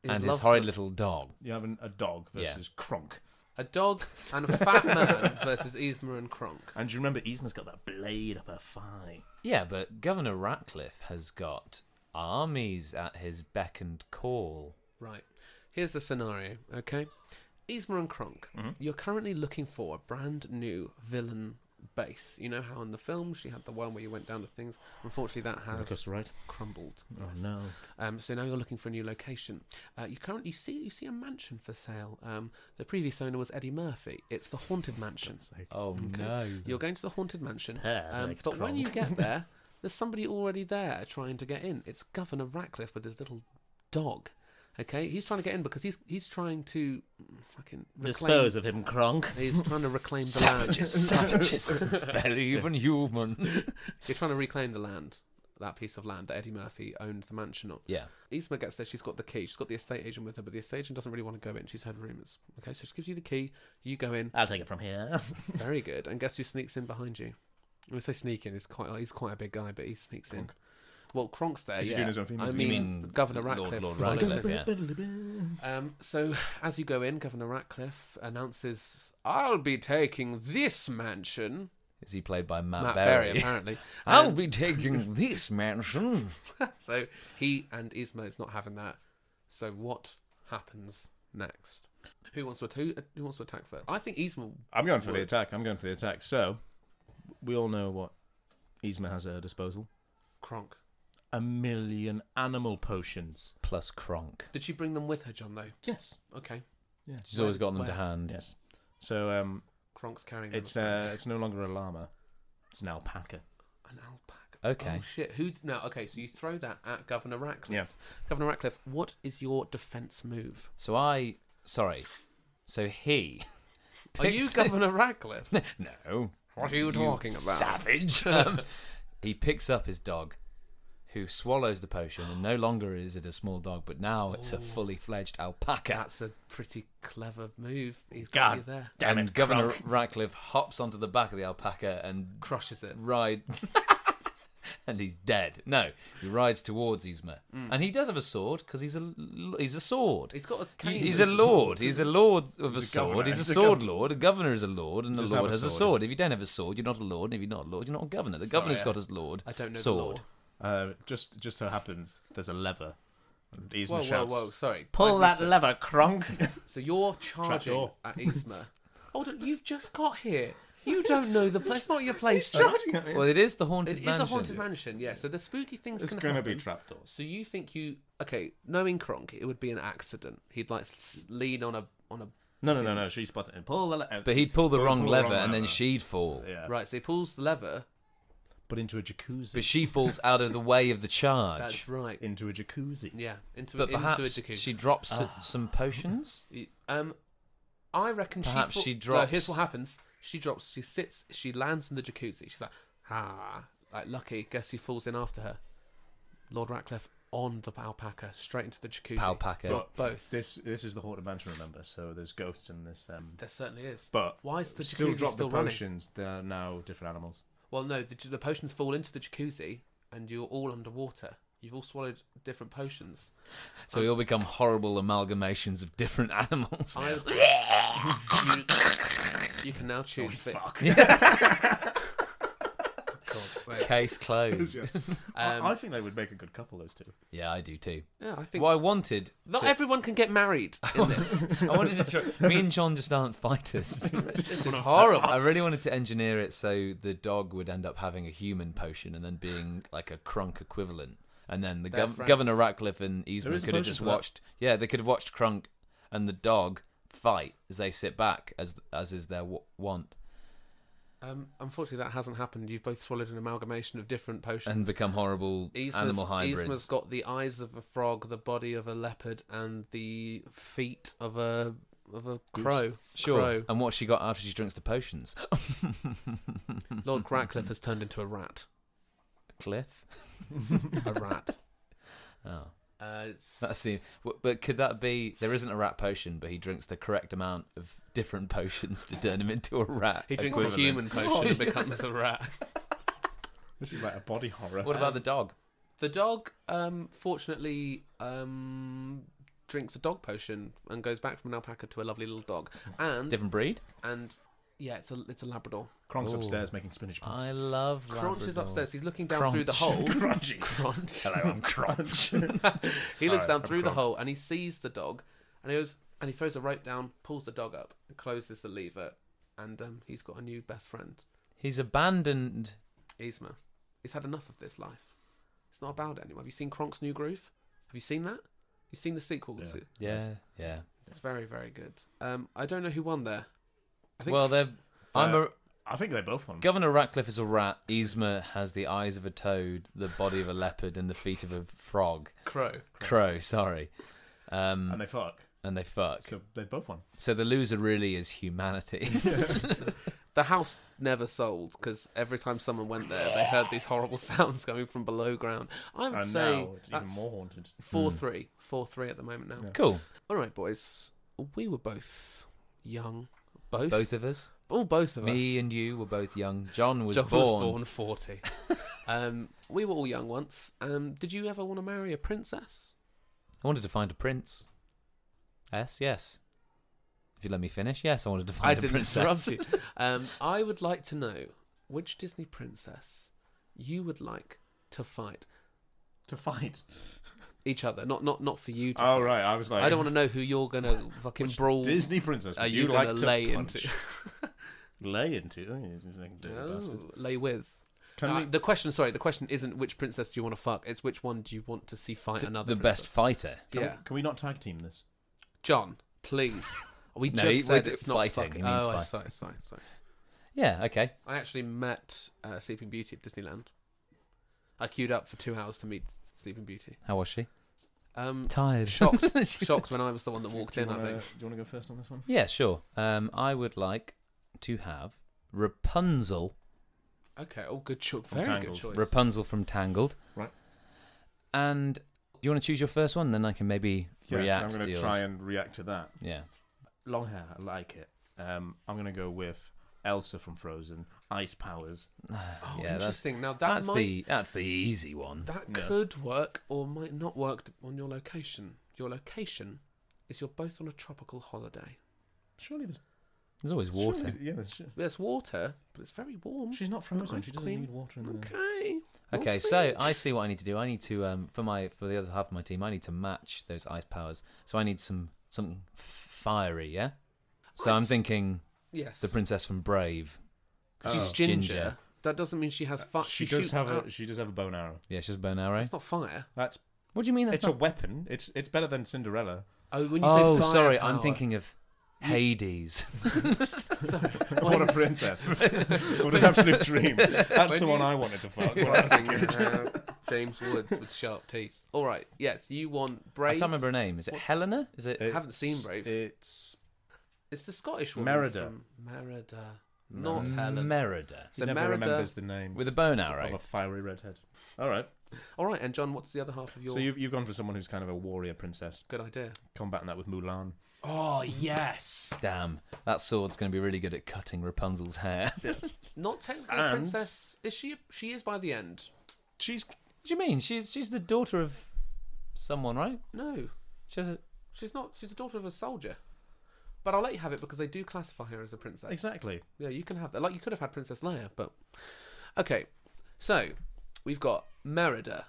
Speaker 1: Is
Speaker 3: and his
Speaker 1: love
Speaker 3: horrid
Speaker 1: for-
Speaker 3: little dog.
Speaker 2: You have an, a dog
Speaker 3: Yeah.
Speaker 2: versus Kronk.
Speaker 1: A dog and a fat man versus Yzma and Kronk.
Speaker 2: And do you remember Yzma's got that blade up her thigh?
Speaker 3: Yeah, but Governor Ratcliffe has got armies at his beck and call.
Speaker 1: Right. Here's the scenario, okay? Yzma and Kronk,
Speaker 2: Mm-hmm.
Speaker 1: you're currently looking for a brand new villain base. You know how in the film she had the one where you went down to things? Unfortunately, that has
Speaker 2: Oh right.
Speaker 1: crumbled.
Speaker 2: Oh
Speaker 1: Yes.
Speaker 2: no.
Speaker 1: Um, so now you're looking for a new location. Uh, you currently see you see a mansion for sale. Um, the previous owner was Eddie Murphy. It's the Haunted Mansion.
Speaker 3: Oh no!
Speaker 1: You're going to the Haunted Mansion,
Speaker 2: Hair
Speaker 1: um,
Speaker 2: like
Speaker 1: but when you
Speaker 2: Kronk.
Speaker 1: get there, there's somebody already there trying to get in. It's Governor Ratcliffe with his little dog. Okay, he's trying to get in because he's he's trying to fucking reclaim.
Speaker 2: Dispose of him, Kronk.
Speaker 1: He's trying to reclaim the land.
Speaker 3: Savages, savages, barely even human.
Speaker 1: You're trying to reclaim the land, that piece of land that Eddie Murphy owned the mansion on.
Speaker 3: Yeah,
Speaker 1: Isma gets there, she's got the key. She's got the estate agent with her, but the estate agent doesn't really want to go in. She's heard rumours. Okay, so she gives you the key. You go in.
Speaker 2: I'll take it from here.
Speaker 1: Very good. And guess who sneaks in behind you? When I say sneak in, he's quite he's quite a big guy, but he sneaks in. Well, Kronk's there.
Speaker 2: Is he
Speaker 1: yeah.
Speaker 2: doing his own thing?
Speaker 1: I
Speaker 2: You
Speaker 1: mean,
Speaker 3: mean
Speaker 1: Governor
Speaker 3: Lord-
Speaker 1: Ratcliffe.
Speaker 3: Lord
Speaker 1: flies
Speaker 3: Ratcliffe,
Speaker 1: in.
Speaker 3: yeah.
Speaker 1: Um, so as you go in, Governor Ratcliffe announces, "I'll be taking this mansion."
Speaker 3: is he played by Matt,
Speaker 1: Matt
Speaker 3: Berry?
Speaker 1: Berry, apparently.
Speaker 3: I'll
Speaker 1: And
Speaker 3: be taking this mansion.
Speaker 2: Oh!
Speaker 1: so he and Isma is not having that. So what happens next? Who wants to att- who, who wants to attack first? I think Isma.
Speaker 2: I'm going for the
Speaker 1: Would.
Speaker 2: attack. I'm going for the attack. So, we all know what Yzma has at her disposal.
Speaker 1: Kronk.
Speaker 2: A million animal potions.
Speaker 3: Plus Kronk.
Speaker 1: Did she bring them with her, John? Though.
Speaker 2: Yes.
Speaker 1: Okay.
Speaker 2: Yeah.
Speaker 3: She's always got them to
Speaker 1: Where?
Speaker 3: hand.
Speaker 2: Yes. So, um,
Speaker 1: Kronk's carrying them.
Speaker 2: it's uh, it's no longer a llama. It's an alpaca.
Speaker 1: An alpaca.
Speaker 3: Okay.
Speaker 1: Oh shit. Who now? Okay, so you throw that at Governor Ratcliffe.
Speaker 2: Yeah.
Speaker 1: Governor Ratcliffe, what is your defense move?
Speaker 3: So I, sorry, so he.
Speaker 1: Are you
Speaker 3: picks-
Speaker 1: Governor Ratcliffe?
Speaker 3: No.
Speaker 1: What are you talking about?
Speaker 3: Savage. Um, he picks up his dog, who swallows the potion, and no longer is it a small dog, but now it's a fully fledged alpaca.
Speaker 1: That's a pretty clever move. He's got you
Speaker 2: God
Speaker 1: there.
Speaker 2: damn
Speaker 3: and
Speaker 2: it,
Speaker 3: Governor
Speaker 2: Kronk.
Speaker 3: Ratcliffe hops onto the back of the alpaca and
Speaker 1: Crushes it.
Speaker 3: ride. and he's dead. No, he rides towards Yzma, and he does have a sword because he's a he's a sword.
Speaker 1: He's got a
Speaker 3: He-
Speaker 1: cane.
Speaker 3: He's a lord. He's a lord of a,
Speaker 2: He's a
Speaker 3: sword.
Speaker 2: governor.
Speaker 3: He's a
Speaker 2: He's a
Speaker 3: sword
Speaker 2: governor.
Speaker 3: lord. A governor is a lord, and
Speaker 2: Just
Speaker 3: a
Speaker 2: have
Speaker 3: lord
Speaker 2: a
Speaker 3: has a
Speaker 2: sword.
Speaker 3: sword. If you don't have a sword, you're not a lord. And if you're not a lord, you're not a governor. The governor's
Speaker 2: Sorry,
Speaker 3: got his lord.
Speaker 1: I don't know
Speaker 3: sword.
Speaker 1: the lord.
Speaker 2: Uh, just just so happens there's a lever. And Yzma
Speaker 1: Whoa, whoa,
Speaker 2: shouts,
Speaker 1: whoa! Sorry.
Speaker 2: Pull
Speaker 1: I missed
Speaker 2: that
Speaker 1: it.
Speaker 2: lever, Kronk.
Speaker 1: So you're charging
Speaker 2: Trapdoor.
Speaker 1: at Isma. Hold on, you've just got here. You don't know the place. It's not your place. though.
Speaker 3: Well, it is the haunted
Speaker 1: It is
Speaker 3: mansion.
Speaker 1: a haunted mansion. Yeah. So the spooky things
Speaker 2: It's
Speaker 1: can
Speaker 2: gonna
Speaker 1: happen.
Speaker 2: be trapdoors.
Speaker 1: So you think you okay? Knowing Kronk, it would be an accident. He'd like s- lean on a on a
Speaker 2: No, no, no, no. She spotted him. Pull the lever.
Speaker 3: But he'd pull the wrong
Speaker 2: pull the
Speaker 3: lever,
Speaker 2: wrong
Speaker 3: and then
Speaker 2: lever.
Speaker 3: she'd fall.
Speaker 2: yeah.
Speaker 1: right. So he pulls the lever.
Speaker 2: But into a jacuzzi.
Speaker 3: But she falls out of the way of the charge.
Speaker 1: That's right.
Speaker 2: into a jacuzzi.
Speaker 1: yeah, into
Speaker 3: but
Speaker 1: into
Speaker 3: perhaps
Speaker 1: a jacuzzi.
Speaker 3: she drops some potions.
Speaker 1: um, I reckon
Speaker 3: Perhaps
Speaker 1: she.
Speaker 3: she
Speaker 1: no,
Speaker 3: drops-
Speaker 1: here's what happens. She drops. She sits. She lands in the jacuzzi. She's like, ah, like lucky. Guess who falls in after her? Lord Ratcliffe on the alpaca, straight into the jacuzzi.
Speaker 3: Palpaca.
Speaker 1: Bo- both.
Speaker 2: This this is the haunted mansion, remember? So there's ghosts in this. Um,
Speaker 1: There certainly is.
Speaker 2: but
Speaker 1: why is the jacuzzi still,
Speaker 2: still drop the
Speaker 1: running?
Speaker 2: potions. They're now different animals.
Speaker 1: Well, no, the, the potions fall into the jacuzzi, and you're all underwater. You've all swallowed different potions.
Speaker 3: So we all become horrible amalgamations of different animals.
Speaker 1: I would say you, you can now choose. fi-
Speaker 2: Fuck.
Speaker 1: God's sake.
Speaker 3: Case closed.
Speaker 2: Yeah.
Speaker 1: Um,
Speaker 2: I, I think they would make a good couple. Those two.
Speaker 3: yeah, I do too.
Speaker 1: Yeah, I think
Speaker 3: Well, I wanted.
Speaker 1: not
Speaker 3: to-
Speaker 1: everyone can get married in this.
Speaker 3: I wanted to. Try, me and John just aren't fighters.
Speaker 1: this is horrible.
Speaker 3: I really wanted to engineer it so the dog would end up having a human potion and then being like a crunk equivalent. And then the
Speaker 1: They're
Speaker 3: gov-
Speaker 1: friends.
Speaker 3: Governor Ratcliffe and
Speaker 2: There
Speaker 3: Eastman
Speaker 2: is a
Speaker 3: could have
Speaker 2: potion
Speaker 3: just
Speaker 2: for that.
Speaker 3: watched. Yeah, they could have watched Crunk and the dog fight as they sit back, as as is their w- want,
Speaker 1: Um, unfortunately, that hasn't happened. You've both swallowed an amalgamation of different potions.
Speaker 3: and become horrible
Speaker 1: Yzma's-
Speaker 3: animal
Speaker 1: Yzma's
Speaker 3: hybrids.
Speaker 1: got the eyes of a frog, the body of a leopard, and the feet of a of a crow.
Speaker 3: Sure.
Speaker 1: Crow.
Speaker 3: And what she got after she drinks the potions?
Speaker 1: Lord Ratcliffe has turned into a rat.
Speaker 3: Cliff.
Speaker 1: A rat.
Speaker 3: Oh,
Speaker 1: Uh, it's-
Speaker 3: that seems. But could that be? There isn't a rat potion, but he drinks the correct amount of different potions to turn him into a rat.
Speaker 1: He drinks the
Speaker 3: equivalent.
Speaker 1: human potion and becomes a rat.
Speaker 2: This is like a body horror.
Speaker 3: What about the dog?
Speaker 1: The dog, um, fortunately, um, drinks a dog potion and goes back from an alpaca to a lovely little dog. And
Speaker 3: Different breed.
Speaker 1: and yeah, it's a it's a Labrador.
Speaker 2: Kronk's
Speaker 3: Ooh.
Speaker 2: upstairs making spinach puffs.
Speaker 3: I love.
Speaker 1: Crunch is
Speaker 3: Labradors.
Speaker 1: upstairs. He's looking down
Speaker 3: Crunch.
Speaker 1: through the hole.
Speaker 2: Crunchy.
Speaker 1: Crunch.
Speaker 2: Hello, I'm Crunch.
Speaker 1: He looks
Speaker 2: Alright,
Speaker 1: down
Speaker 2: I'm
Speaker 1: through the
Speaker 2: Crunch.
Speaker 1: hole and he sees the dog, and he goes and he throws a rope down, pulls the dog up, and closes the lever, and um, he's got a new best friend,
Speaker 3: He's abandoned.
Speaker 1: Isma. He's had enough of this life. It's not about it anymore. Have you seen Kronk's New Groove? Have you seen that? You've seen the sequel.
Speaker 2: Yeah.
Speaker 1: to-
Speaker 3: Yeah, yeah.
Speaker 1: It's very, very good. Um, I don't know who won there. I think
Speaker 3: Well, they're. I'm a
Speaker 2: I think they both won.
Speaker 3: Governor Ratcliffe is a rat. Yzma has the eyes of a toad, the body of a leopard, and the feet of a frog.
Speaker 1: Crow.
Speaker 3: Crow, sorry. Um,
Speaker 2: and they fuck.
Speaker 3: and they fuck. So,
Speaker 2: So they both won.
Speaker 3: the loser really is humanity.
Speaker 1: The house never sold because every time someone went there, they heard these horrible sounds coming from below ground. I would
Speaker 2: And
Speaker 1: say
Speaker 2: now it's even
Speaker 1: that's
Speaker 2: more Hmm. haunted.
Speaker 1: four three, four three at the moment now.
Speaker 3: cool.
Speaker 1: All right, boys. We were both young. Both.
Speaker 3: Both of us.
Speaker 1: all both of us.
Speaker 3: Me and you were both young. John was
Speaker 1: John
Speaker 3: born.
Speaker 1: was born forty. um, we were all young once. Um, did you ever want to marry a princess?
Speaker 3: I wanted to find a prince. Yes, yes. If you let me finish, yes, I wanted to
Speaker 1: I
Speaker 3: find a
Speaker 1: didn't
Speaker 3: princess.
Speaker 1: interrupt you. Um, I would like to know which Disney princess you would like to fight
Speaker 2: To fight.
Speaker 1: each other. Not not not for you. To
Speaker 2: Oh,
Speaker 1: fight.
Speaker 2: right. I was like,
Speaker 1: I don't want to know who you're gonna fucking brawl.
Speaker 2: Disney princess.
Speaker 1: are
Speaker 2: would
Speaker 1: you,
Speaker 2: like
Speaker 1: gonna
Speaker 2: to
Speaker 1: lay
Speaker 2: punch?
Speaker 1: into?
Speaker 2: Lay into? Oh, you fucking dirty bastard.
Speaker 1: oh, lay with.
Speaker 2: Can
Speaker 1: Uh,
Speaker 2: we,
Speaker 1: The question, sorry, the question isn't which princess do you want to fuck. It's which one do you want to see fight
Speaker 3: To
Speaker 1: another.
Speaker 3: the best fighter.
Speaker 2: can,
Speaker 1: princess.
Speaker 2: we, can we not tag team this?
Speaker 1: Yeah, John, please. We
Speaker 3: No,
Speaker 1: just
Speaker 3: he-
Speaker 1: said
Speaker 3: we're
Speaker 1: it's not
Speaker 3: fighting,
Speaker 1: fucking.
Speaker 3: he means
Speaker 1: oh, I-
Speaker 3: fight.
Speaker 1: sorry, sorry, sorry.
Speaker 3: Yeah, okay.
Speaker 1: I actually met uh, Sleeping Beauty at Disneyland. I queued up for two hours to meet Sleeping Beauty.
Speaker 3: How was she?
Speaker 1: Um,
Speaker 3: Tired.
Speaker 1: shocked, shocked when I was the one that walked
Speaker 2: Do you
Speaker 1: in. I
Speaker 2: wanna-
Speaker 1: think.
Speaker 2: do you want to go first on this one?
Speaker 3: Yeah, sure. Um, I would like to have Rapunzel,
Speaker 1: Okay, oh, good choice.
Speaker 2: From
Speaker 1: Very
Speaker 2: Tangled.
Speaker 1: good choice. Oh,
Speaker 3: Rapunzel from Tangled.
Speaker 2: Right.
Speaker 3: And do you want to choose your first one? Then I can maybe react
Speaker 2: I'm
Speaker 3: to
Speaker 2: going to
Speaker 3: yours.
Speaker 2: try and react to that.
Speaker 3: Yeah.
Speaker 2: Long hair, I like it. Um, I'm going to go with Elsa from Frozen, Ice Powers.
Speaker 1: oh,
Speaker 3: yeah, that's,
Speaker 1: interesting. Now that
Speaker 3: that's
Speaker 1: might
Speaker 3: the that's the easy one.
Speaker 1: that
Speaker 2: Yeah.
Speaker 1: could work or might not work d- on your location. Your location is you're both on a tropical holiday.
Speaker 2: Surely there's
Speaker 3: There's always water.
Speaker 2: surely- yeah, there's,
Speaker 1: There's water, but it's very warm.
Speaker 2: she's not frozen.
Speaker 1: Ice
Speaker 2: she doesn't
Speaker 1: cream.
Speaker 2: need water in there.
Speaker 1: Okay. we'll
Speaker 3: Okay,
Speaker 1: see.
Speaker 3: so I see what I need to do. I need to um for my for the other half of my team, I need to match those ice powers. So I need some something f- fiery, yeah. So I'm
Speaker 1: Ice.
Speaker 3: thinking
Speaker 1: yes,
Speaker 3: the princess from Brave. 'cause
Speaker 1: she's ginger. That doesn't mean she has fire.
Speaker 2: Oh, Uh,
Speaker 1: She,
Speaker 2: She, does
Speaker 1: shoots
Speaker 2: have
Speaker 1: out.
Speaker 2: a, she does have a bone arrow.
Speaker 3: Yeah, she's a bow and arrow.
Speaker 1: It's not fire.
Speaker 2: That's
Speaker 3: What do you mean? That's
Speaker 2: it's a
Speaker 3: not...
Speaker 2: weapon. It's it's better than Cinderella.
Speaker 1: Oh, when you
Speaker 3: Oh,
Speaker 1: say fire
Speaker 3: sorry, I'm
Speaker 1: power-
Speaker 3: thinking of Hades.
Speaker 1: Sorry.
Speaker 2: What a princess! what an absolute dream. That's the
Speaker 1: When
Speaker 2: one
Speaker 1: you-
Speaker 2: I wanted to fuck. when I was a kid.
Speaker 1: Thinking, uh, James Woods with sharp teeth. All right. Yes, you want
Speaker 3: I
Speaker 1: brave.
Speaker 3: can't remember her name. Is it
Speaker 1: What's-
Speaker 3: Helena? Is it?
Speaker 1: haven't
Speaker 2: It's-
Speaker 1: seen Brave.
Speaker 2: It's
Speaker 1: It's the Scottish woman.
Speaker 2: Merida.
Speaker 1: From Merida. Not Helen.
Speaker 3: Merida
Speaker 1: so
Speaker 2: never
Speaker 1: Merida.
Speaker 2: remembers the name
Speaker 3: with a bow and
Speaker 2: of
Speaker 3: arrow.
Speaker 2: a fiery redhead. All right.
Speaker 1: All right. And John, what's the other half of your
Speaker 2: So you've you've gone for someone who's kind of a warrior princess,
Speaker 1: good idea?
Speaker 2: combating that with Mulan.
Speaker 1: Oh yes.
Speaker 3: Damn, that sword's going to be really good at cutting Rapunzel's hair. what
Speaker 1: Not technically a
Speaker 2: And-
Speaker 1: princess. Is she? She is by the end.
Speaker 2: She's
Speaker 3: do you mean? She's she's the daughter of someone, right?
Speaker 1: No,
Speaker 3: She has a...
Speaker 1: she's not. She's the daughter of a soldier. But I'll let you have it because they do classify her as a princess.
Speaker 2: exactly.
Speaker 1: Yeah, you can have that. Like you could have had Princess Leia, but okay. So we've got Merida,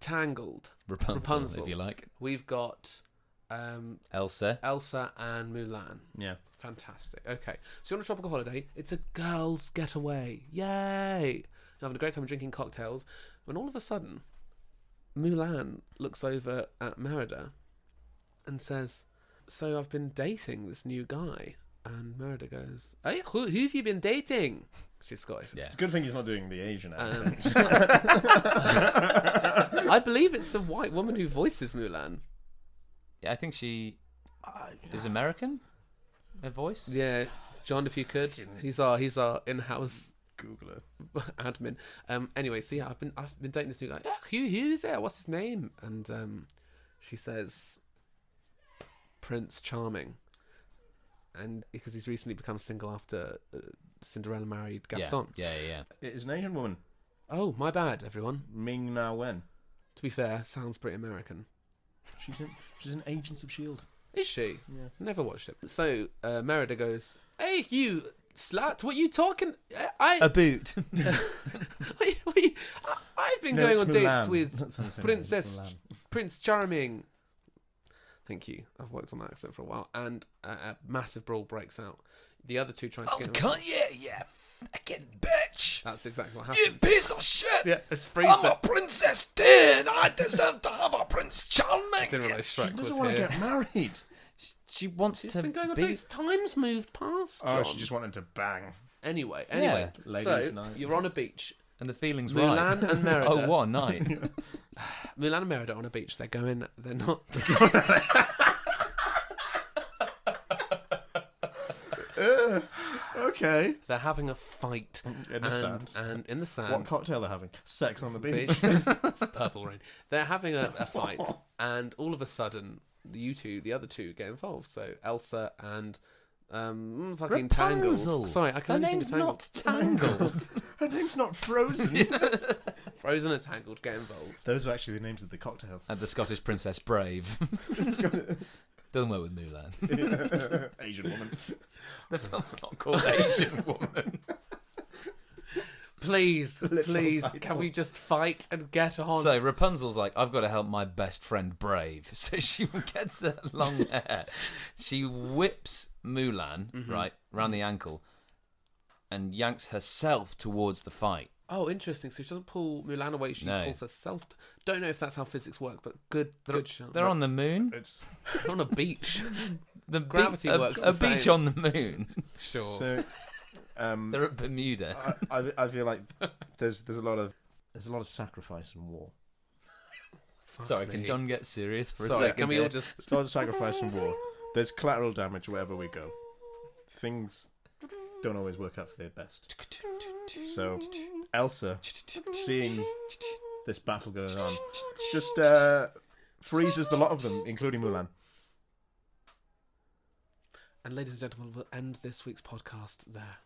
Speaker 1: Tangled.
Speaker 3: Rapunzel,
Speaker 1: Rapunzel.
Speaker 3: if you like.
Speaker 1: We've got um,
Speaker 3: Elsa.
Speaker 1: Elsa and Mulan.
Speaker 2: Yeah.
Speaker 1: Fantastic. Okay, so you're on a tropical holiday. It's a girls' getaway. Yay! You're having a great time drinking cocktails, when all of a sudden, Mulan looks over at Merida and says, "So I've been dating this new guy." And Merida goes, "Hey, who, who have you been dating?" She's Scottish.
Speaker 3: Yeah.
Speaker 2: It's a good thing he's not doing the Asian
Speaker 1: Um,
Speaker 2: accent.
Speaker 1: I believe it's a white woman who voices Mulan.
Speaker 3: Yeah, I think she. is American. Their voice.
Speaker 1: Yeah, John, if you could, he's our he's our in-house
Speaker 2: Google it.
Speaker 1: admin. Um. Anyway, so yeah, I've been I've been dating this new guy. "Ah, Who who's there? What's his name? And um, she says Prince Charming, and because he's recently become single after uh, Cinderella married
Speaker 3: yeah,
Speaker 1: Gaston.
Speaker 3: yeah, yeah, yeah.
Speaker 2: It is an Asian woman,
Speaker 1: Oh, my bad, everyone.
Speaker 2: Ming Na Wen.
Speaker 1: To be fair, sounds pretty American.
Speaker 2: She's in, she's an Agents of Shield.
Speaker 1: Is she?
Speaker 2: Yeah.
Speaker 1: Never watched it. So uh, Merida goes, "Hey, you slut! What you talking? I, I
Speaker 3: A boot.
Speaker 1: Wait, wait, I- I've been
Speaker 2: No,
Speaker 1: going
Speaker 2: it's
Speaker 1: on dates
Speaker 2: Mulan.
Speaker 1: with
Speaker 2: That's what I'm saying,
Speaker 1: Princess
Speaker 2: Mulan.
Speaker 1: Prince Charming. Thank you. I've worked on that accent for a while, and a, a massive brawl breaks out. The other two
Speaker 2: Oh,
Speaker 1: try to get him.
Speaker 3: yeah, yeah. Fucking bitch.
Speaker 1: That's exactly what happens.
Speaker 3: piece of shit.
Speaker 1: Yeah, it's Frieza.
Speaker 2: Oh,
Speaker 3: princess then. I deserve to have a prince
Speaker 1: I didn't
Speaker 3: charming.
Speaker 1: realize
Speaker 2: She
Speaker 1: Shrek was
Speaker 2: doesn't want to
Speaker 1: here.
Speaker 2: get married.
Speaker 3: She wants
Speaker 1: She's
Speaker 3: to
Speaker 1: been going on
Speaker 3: be.
Speaker 1: dates. Time's moved past.
Speaker 2: Oh,
Speaker 1: John.
Speaker 2: she just wanted to bang.
Speaker 1: Anyway, anyway.
Speaker 2: ladies'
Speaker 1: so
Speaker 2: night.
Speaker 1: you're on a beach.
Speaker 3: And the feeling's right.
Speaker 1: Mulan and Merida.
Speaker 3: Oh, one night.
Speaker 1: Mulan and Merida on a beach. They're going. They're not.
Speaker 2: Okay.
Speaker 1: They're having a fight.
Speaker 2: In the
Speaker 1: and,
Speaker 2: sand.
Speaker 1: and in the sand.
Speaker 2: What cocktail they're having? Sex on the beach.
Speaker 1: Um, Beach. Purple rain. They're having a, a fight, and all of a sudden, you two, the other two, get involved. So Elsa and um, fucking
Speaker 3: Rapunzel.
Speaker 1: Tangled. Sorry, I
Speaker 3: Her
Speaker 1: can't.
Speaker 3: name's not Tangled.
Speaker 2: Her name's not Frozen.
Speaker 1: Frozen and Tangled get involved.
Speaker 2: Those are actually the names of the cocktails.
Speaker 3: and the Scottish princess Brave. Doesn't work with Mulan.
Speaker 2: Asian woman.
Speaker 3: The film's not called Asian Woman.
Speaker 1: Please,
Speaker 2: Literal
Speaker 1: please, can
Speaker 2: titles.
Speaker 1: we just fight and get on?
Speaker 3: So Rapunzel's like, I've got to help my best friend Brave. So she gets her long hair. She whips Mulan, right, round the ankle and yanks herself towards the fight.
Speaker 1: oh, interesting. So she doesn't pull Mulan away; she
Speaker 3: No.
Speaker 1: pulls herself. Don't know if that's how physics work, but good,
Speaker 3: They're,
Speaker 1: good shot.
Speaker 3: they're on the moon.
Speaker 2: It's
Speaker 1: They're on a beach.
Speaker 3: The
Speaker 1: Gravity
Speaker 3: be- a-
Speaker 1: works
Speaker 3: A,
Speaker 1: the
Speaker 3: beach
Speaker 1: same.
Speaker 3: on the moon.
Speaker 1: sure.
Speaker 2: so. Um,
Speaker 3: They're at Bermuda.
Speaker 2: I, I, I feel like there's there's a lot of there's a lot of sacrifice and war.
Speaker 1: Fuck
Speaker 3: Sorry,
Speaker 1: me.
Speaker 3: can John get serious for a
Speaker 1: Sorry,
Speaker 3: second?
Speaker 1: can we all
Speaker 3: here?
Speaker 1: just?
Speaker 2: There's a lot of sacrifice and war. There's collateral damage wherever we go. Things don't always work out for their best. So Elsa, seeing this battle going on, just uh, freezes the lot of them, including Mulan.
Speaker 1: And ladies and gentlemen, we'll end this week's podcast there.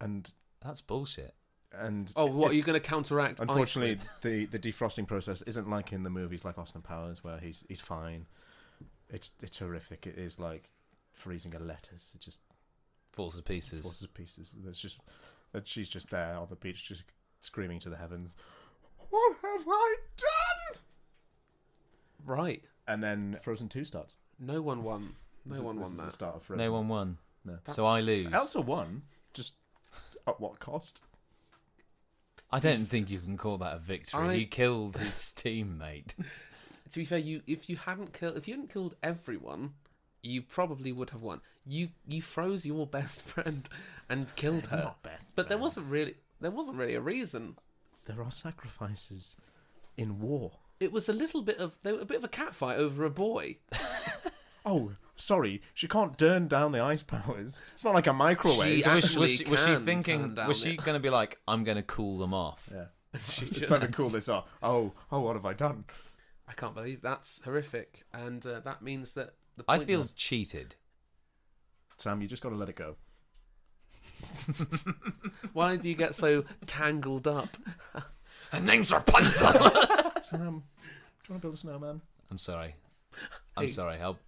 Speaker 2: And
Speaker 3: That's bullshit.
Speaker 2: and
Speaker 1: Oh, what are you
Speaker 2: it's-
Speaker 1: going to counteract? ice
Speaker 2: Unfortunately,
Speaker 1: with?
Speaker 2: the, the defrosting process isn't like in the movies like Austin Powers where he's he's fine. It's it's horrific. It is like freezing a lettuce. It just
Speaker 3: Falls to pieces.
Speaker 2: forces pieces. There's just and she's just there on the beach, just screaming to the heavens. What have I done?
Speaker 1: right.
Speaker 2: And then Frozen Two starts.
Speaker 1: No one won.
Speaker 2: This
Speaker 1: No
Speaker 2: is-
Speaker 1: one
Speaker 2: this
Speaker 1: won
Speaker 2: is the
Speaker 1: that.
Speaker 2: start of Frozen.
Speaker 3: No one won.
Speaker 2: No.
Speaker 3: So I lose.
Speaker 2: Elsa won. Just at what cost?
Speaker 3: I don't think you can call that a victory.
Speaker 1: I-
Speaker 3: He killed his teammate.
Speaker 1: To be fair, you if you hadn't killed if you hadn't killed everyone, you probably would have won. You you froze your best friend and killed her.
Speaker 2: Not best.
Speaker 1: But there
Speaker 2: friends.
Speaker 1: wasn't really there wasn't really a reason.
Speaker 2: there are sacrifices in war.
Speaker 1: It was a little bit of there was a bit of a cat fight over a boy.
Speaker 2: Oh, sorry, she can't turn down the ice powers. It's not like a microwave.
Speaker 1: She-
Speaker 3: So was, she- was
Speaker 1: actually
Speaker 3: she, was she
Speaker 1: can turn
Speaker 3: thinking?
Speaker 1: down
Speaker 3: Was she
Speaker 1: the-
Speaker 3: going to be like, "I'm going to cool them off"?
Speaker 2: yeah.
Speaker 1: She
Speaker 2: It's
Speaker 1: just-
Speaker 2: trying to cool this off. Oh, oh, what have I done?
Speaker 1: I can't believe that's horrific, and uh, that means that the
Speaker 3: I
Speaker 1: points-
Speaker 3: feel cheated.
Speaker 2: Sam, you just got to let it go.
Speaker 1: Why do you get so tangled up?
Speaker 3: Her name's Rapunzel.
Speaker 2: Sam, do you want to build a snowman?
Speaker 3: I'm sorry. I'm
Speaker 1: Hey.
Speaker 3: sorry. I'll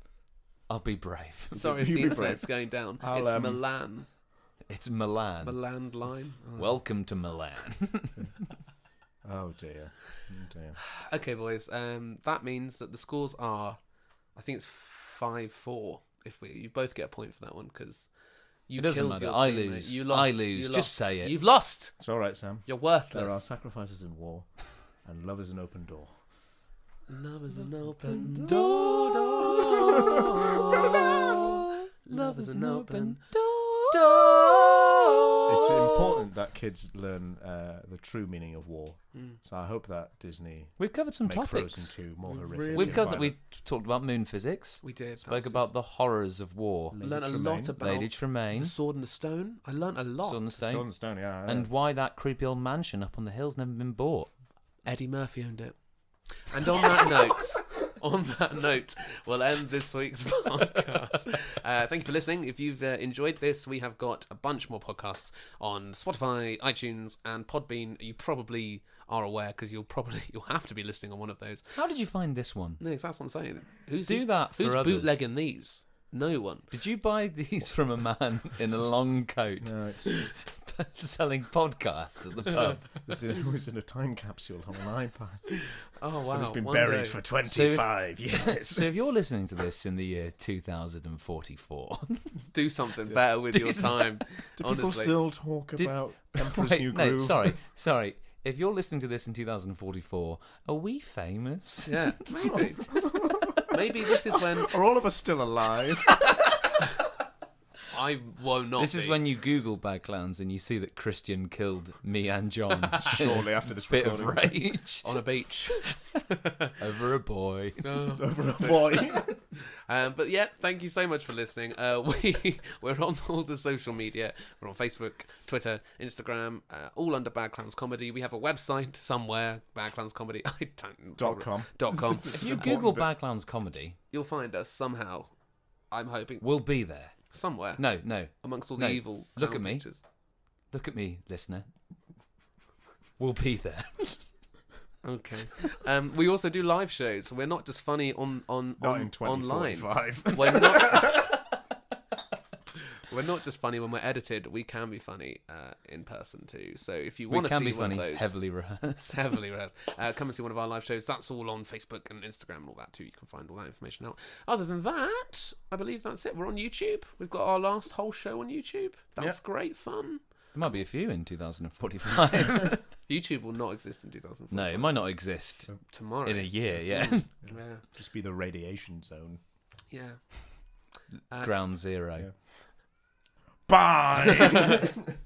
Speaker 3: I'll be brave.
Speaker 1: Sorry if
Speaker 2: You
Speaker 1: the
Speaker 2: be brave.
Speaker 1: internet's going down.
Speaker 2: I'll,
Speaker 1: it's
Speaker 2: um,
Speaker 1: Milan,
Speaker 3: It's Milan.
Speaker 1: Milan line. Oh.
Speaker 3: Welcome to Milan.
Speaker 2: Oh dear, oh, dear.
Speaker 1: Okay, boys. Um, that means that the scores are, I think it's five four. If we, you both get a point for that one because you
Speaker 3: It doesn't
Speaker 1: killed
Speaker 3: matter.
Speaker 1: your
Speaker 3: I
Speaker 1: teammate.
Speaker 3: lose.
Speaker 1: You
Speaker 3: I
Speaker 1: lost.
Speaker 3: lose.
Speaker 1: You
Speaker 3: Just
Speaker 1: lost.
Speaker 3: say it.
Speaker 1: You've lost.
Speaker 2: It's all right, Sam.
Speaker 1: You're
Speaker 2: There are
Speaker 1: worthless.
Speaker 2: sacrifices in war, and love is an open door.
Speaker 1: Love is an open door. door. Love is an open door.
Speaker 2: it's important that kids learn uh, the true meaning of war.
Speaker 1: Hmm.
Speaker 2: So I hope that Disney
Speaker 3: We've covered some
Speaker 2: make
Speaker 3: topics.
Speaker 2: Frozen 2 more horrific.
Speaker 1: Really
Speaker 3: We've
Speaker 2: and
Speaker 3: covered.
Speaker 2: violent.
Speaker 3: We talked about moon physics.
Speaker 1: We did.
Speaker 3: Spoke about the horrors of war.
Speaker 1: learn a
Speaker 2: Tremaine.
Speaker 1: lot about
Speaker 3: Lady Tremaine,
Speaker 1: the sword and the stone. I learnt a lot.
Speaker 3: Sword on the
Speaker 2: It's
Speaker 3: Stone,
Speaker 2: on stone, yeah.
Speaker 3: and why that creepy old mansion up on the hill's never been bought.
Speaker 1: Eddie Murphy owned it. And on that note, on that note, we'll end this week's podcast. Uh, thank you for listening. If you've uh, enjoyed this, we have got a bunch more podcasts on Spotify, iTunes, and Podbean. You probably are aware because you'll probably you'll have to be listening on one of those.
Speaker 3: How did you find this one?
Speaker 1: No, that's what I'm saying. Who's
Speaker 3: Do
Speaker 1: who's-
Speaker 3: that for
Speaker 1: who's
Speaker 3: others.
Speaker 1: bootlegging these? No one.
Speaker 3: Did you buy these from a man in a long coat
Speaker 2: No, it's, it
Speaker 3: selling podcasts at the pub?
Speaker 2: was in, it was in a time capsule on an iPad.
Speaker 1: Oh wow!
Speaker 2: it's been
Speaker 1: one
Speaker 2: buried
Speaker 1: day.
Speaker 2: for 25 years.
Speaker 3: So if you're listening to this in the year 2044,
Speaker 1: do something better with your time.
Speaker 2: Do people
Speaker 1: honestly,
Speaker 2: still talk
Speaker 3: Did-
Speaker 2: about Emperor's
Speaker 3: Wait,
Speaker 2: New
Speaker 3: no,
Speaker 2: Groove?
Speaker 3: sorry, sorry. If you're listening to this in 2044, are we famous?
Speaker 1: yeah, maybe. maybe this is when
Speaker 2: Are all of us still alive?
Speaker 1: I will not.
Speaker 3: This is
Speaker 1: be.
Speaker 3: when you Google bad clowns and you see that Christian killed me and John.
Speaker 2: Shortly after this
Speaker 3: Bit of
Speaker 2: recording.
Speaker 3: rage
Speaker 1: on a beach.
Speaker 3: over a boy.
Speaker 2: Over a boy.
Speaker 1: Um, but yeah, thank you so much for listening. Uh, we we're on all the social media. We're on Facebook, Twitter, Instagram, uh, all under Bad Clowns Comedy. We have a website somewhere, Bad Clowns Comedy. I don't
Speaker 2: Dot com.
Speaker 1: dot com.
Speaker 3: If you Google bad clowns comedy,
Speaker 1: You'll find us somehow. I'm hoping
Speaker 3: we'll be there.
Speaker 1: somewhere
Speaker 3: No, no.
Speaker 1: amongst all
Speaker 3: no,
Speaker 1: the evil.
Speaker 3: look
Speaker 1: clown
Speaker 3: at me.
Speaker 1: pictures.
Speaker 3: Look at me, listener. We'll be there.
Speaker 1: Okay. Um, we also do live shows. So we're not just funny on on,
Speaker 2: Not
Speaker 1: on
Speaker 2: in
Speaker 1: online.
Speaker 2: 2045.
Speaker 1: We're not. we're not just funny when we're edited. We can be funny uh, in person too. So if you
Speaker 3: We
Speaker 1: want to
Speaker 3: can
Speaker 1: see
Speaker 3: be
Speaker 1: one
Speaker 3: funny,
Speaker 1: of those,
Speaker 3: heavily rehearsed.
Speaker 1: heavily rehearsed, uh, come and see one of our live shows. That's all on Facebook and Instagram and all that too. You can find all that information out. Other than that, I believe that's it. We're on YouTube. We've got our last whole show on YouTube. That's
Speaker 2: Yep.
Speaker 1: great fun.
Speaker 3: There might be a few in 2045.
Speaker 1: YouTube will not exist in 2004
Speaker 3: no, it might not exist
Speaker 1: tomorrow.
Speaker 3: in a year. Yeah,
Speaker 1: yeah,
Speaker 2: Just be the radiation zone.
Speaker 1: yeah. Uh,
Speaker 3: ground zero.
Speaker 2: Bye!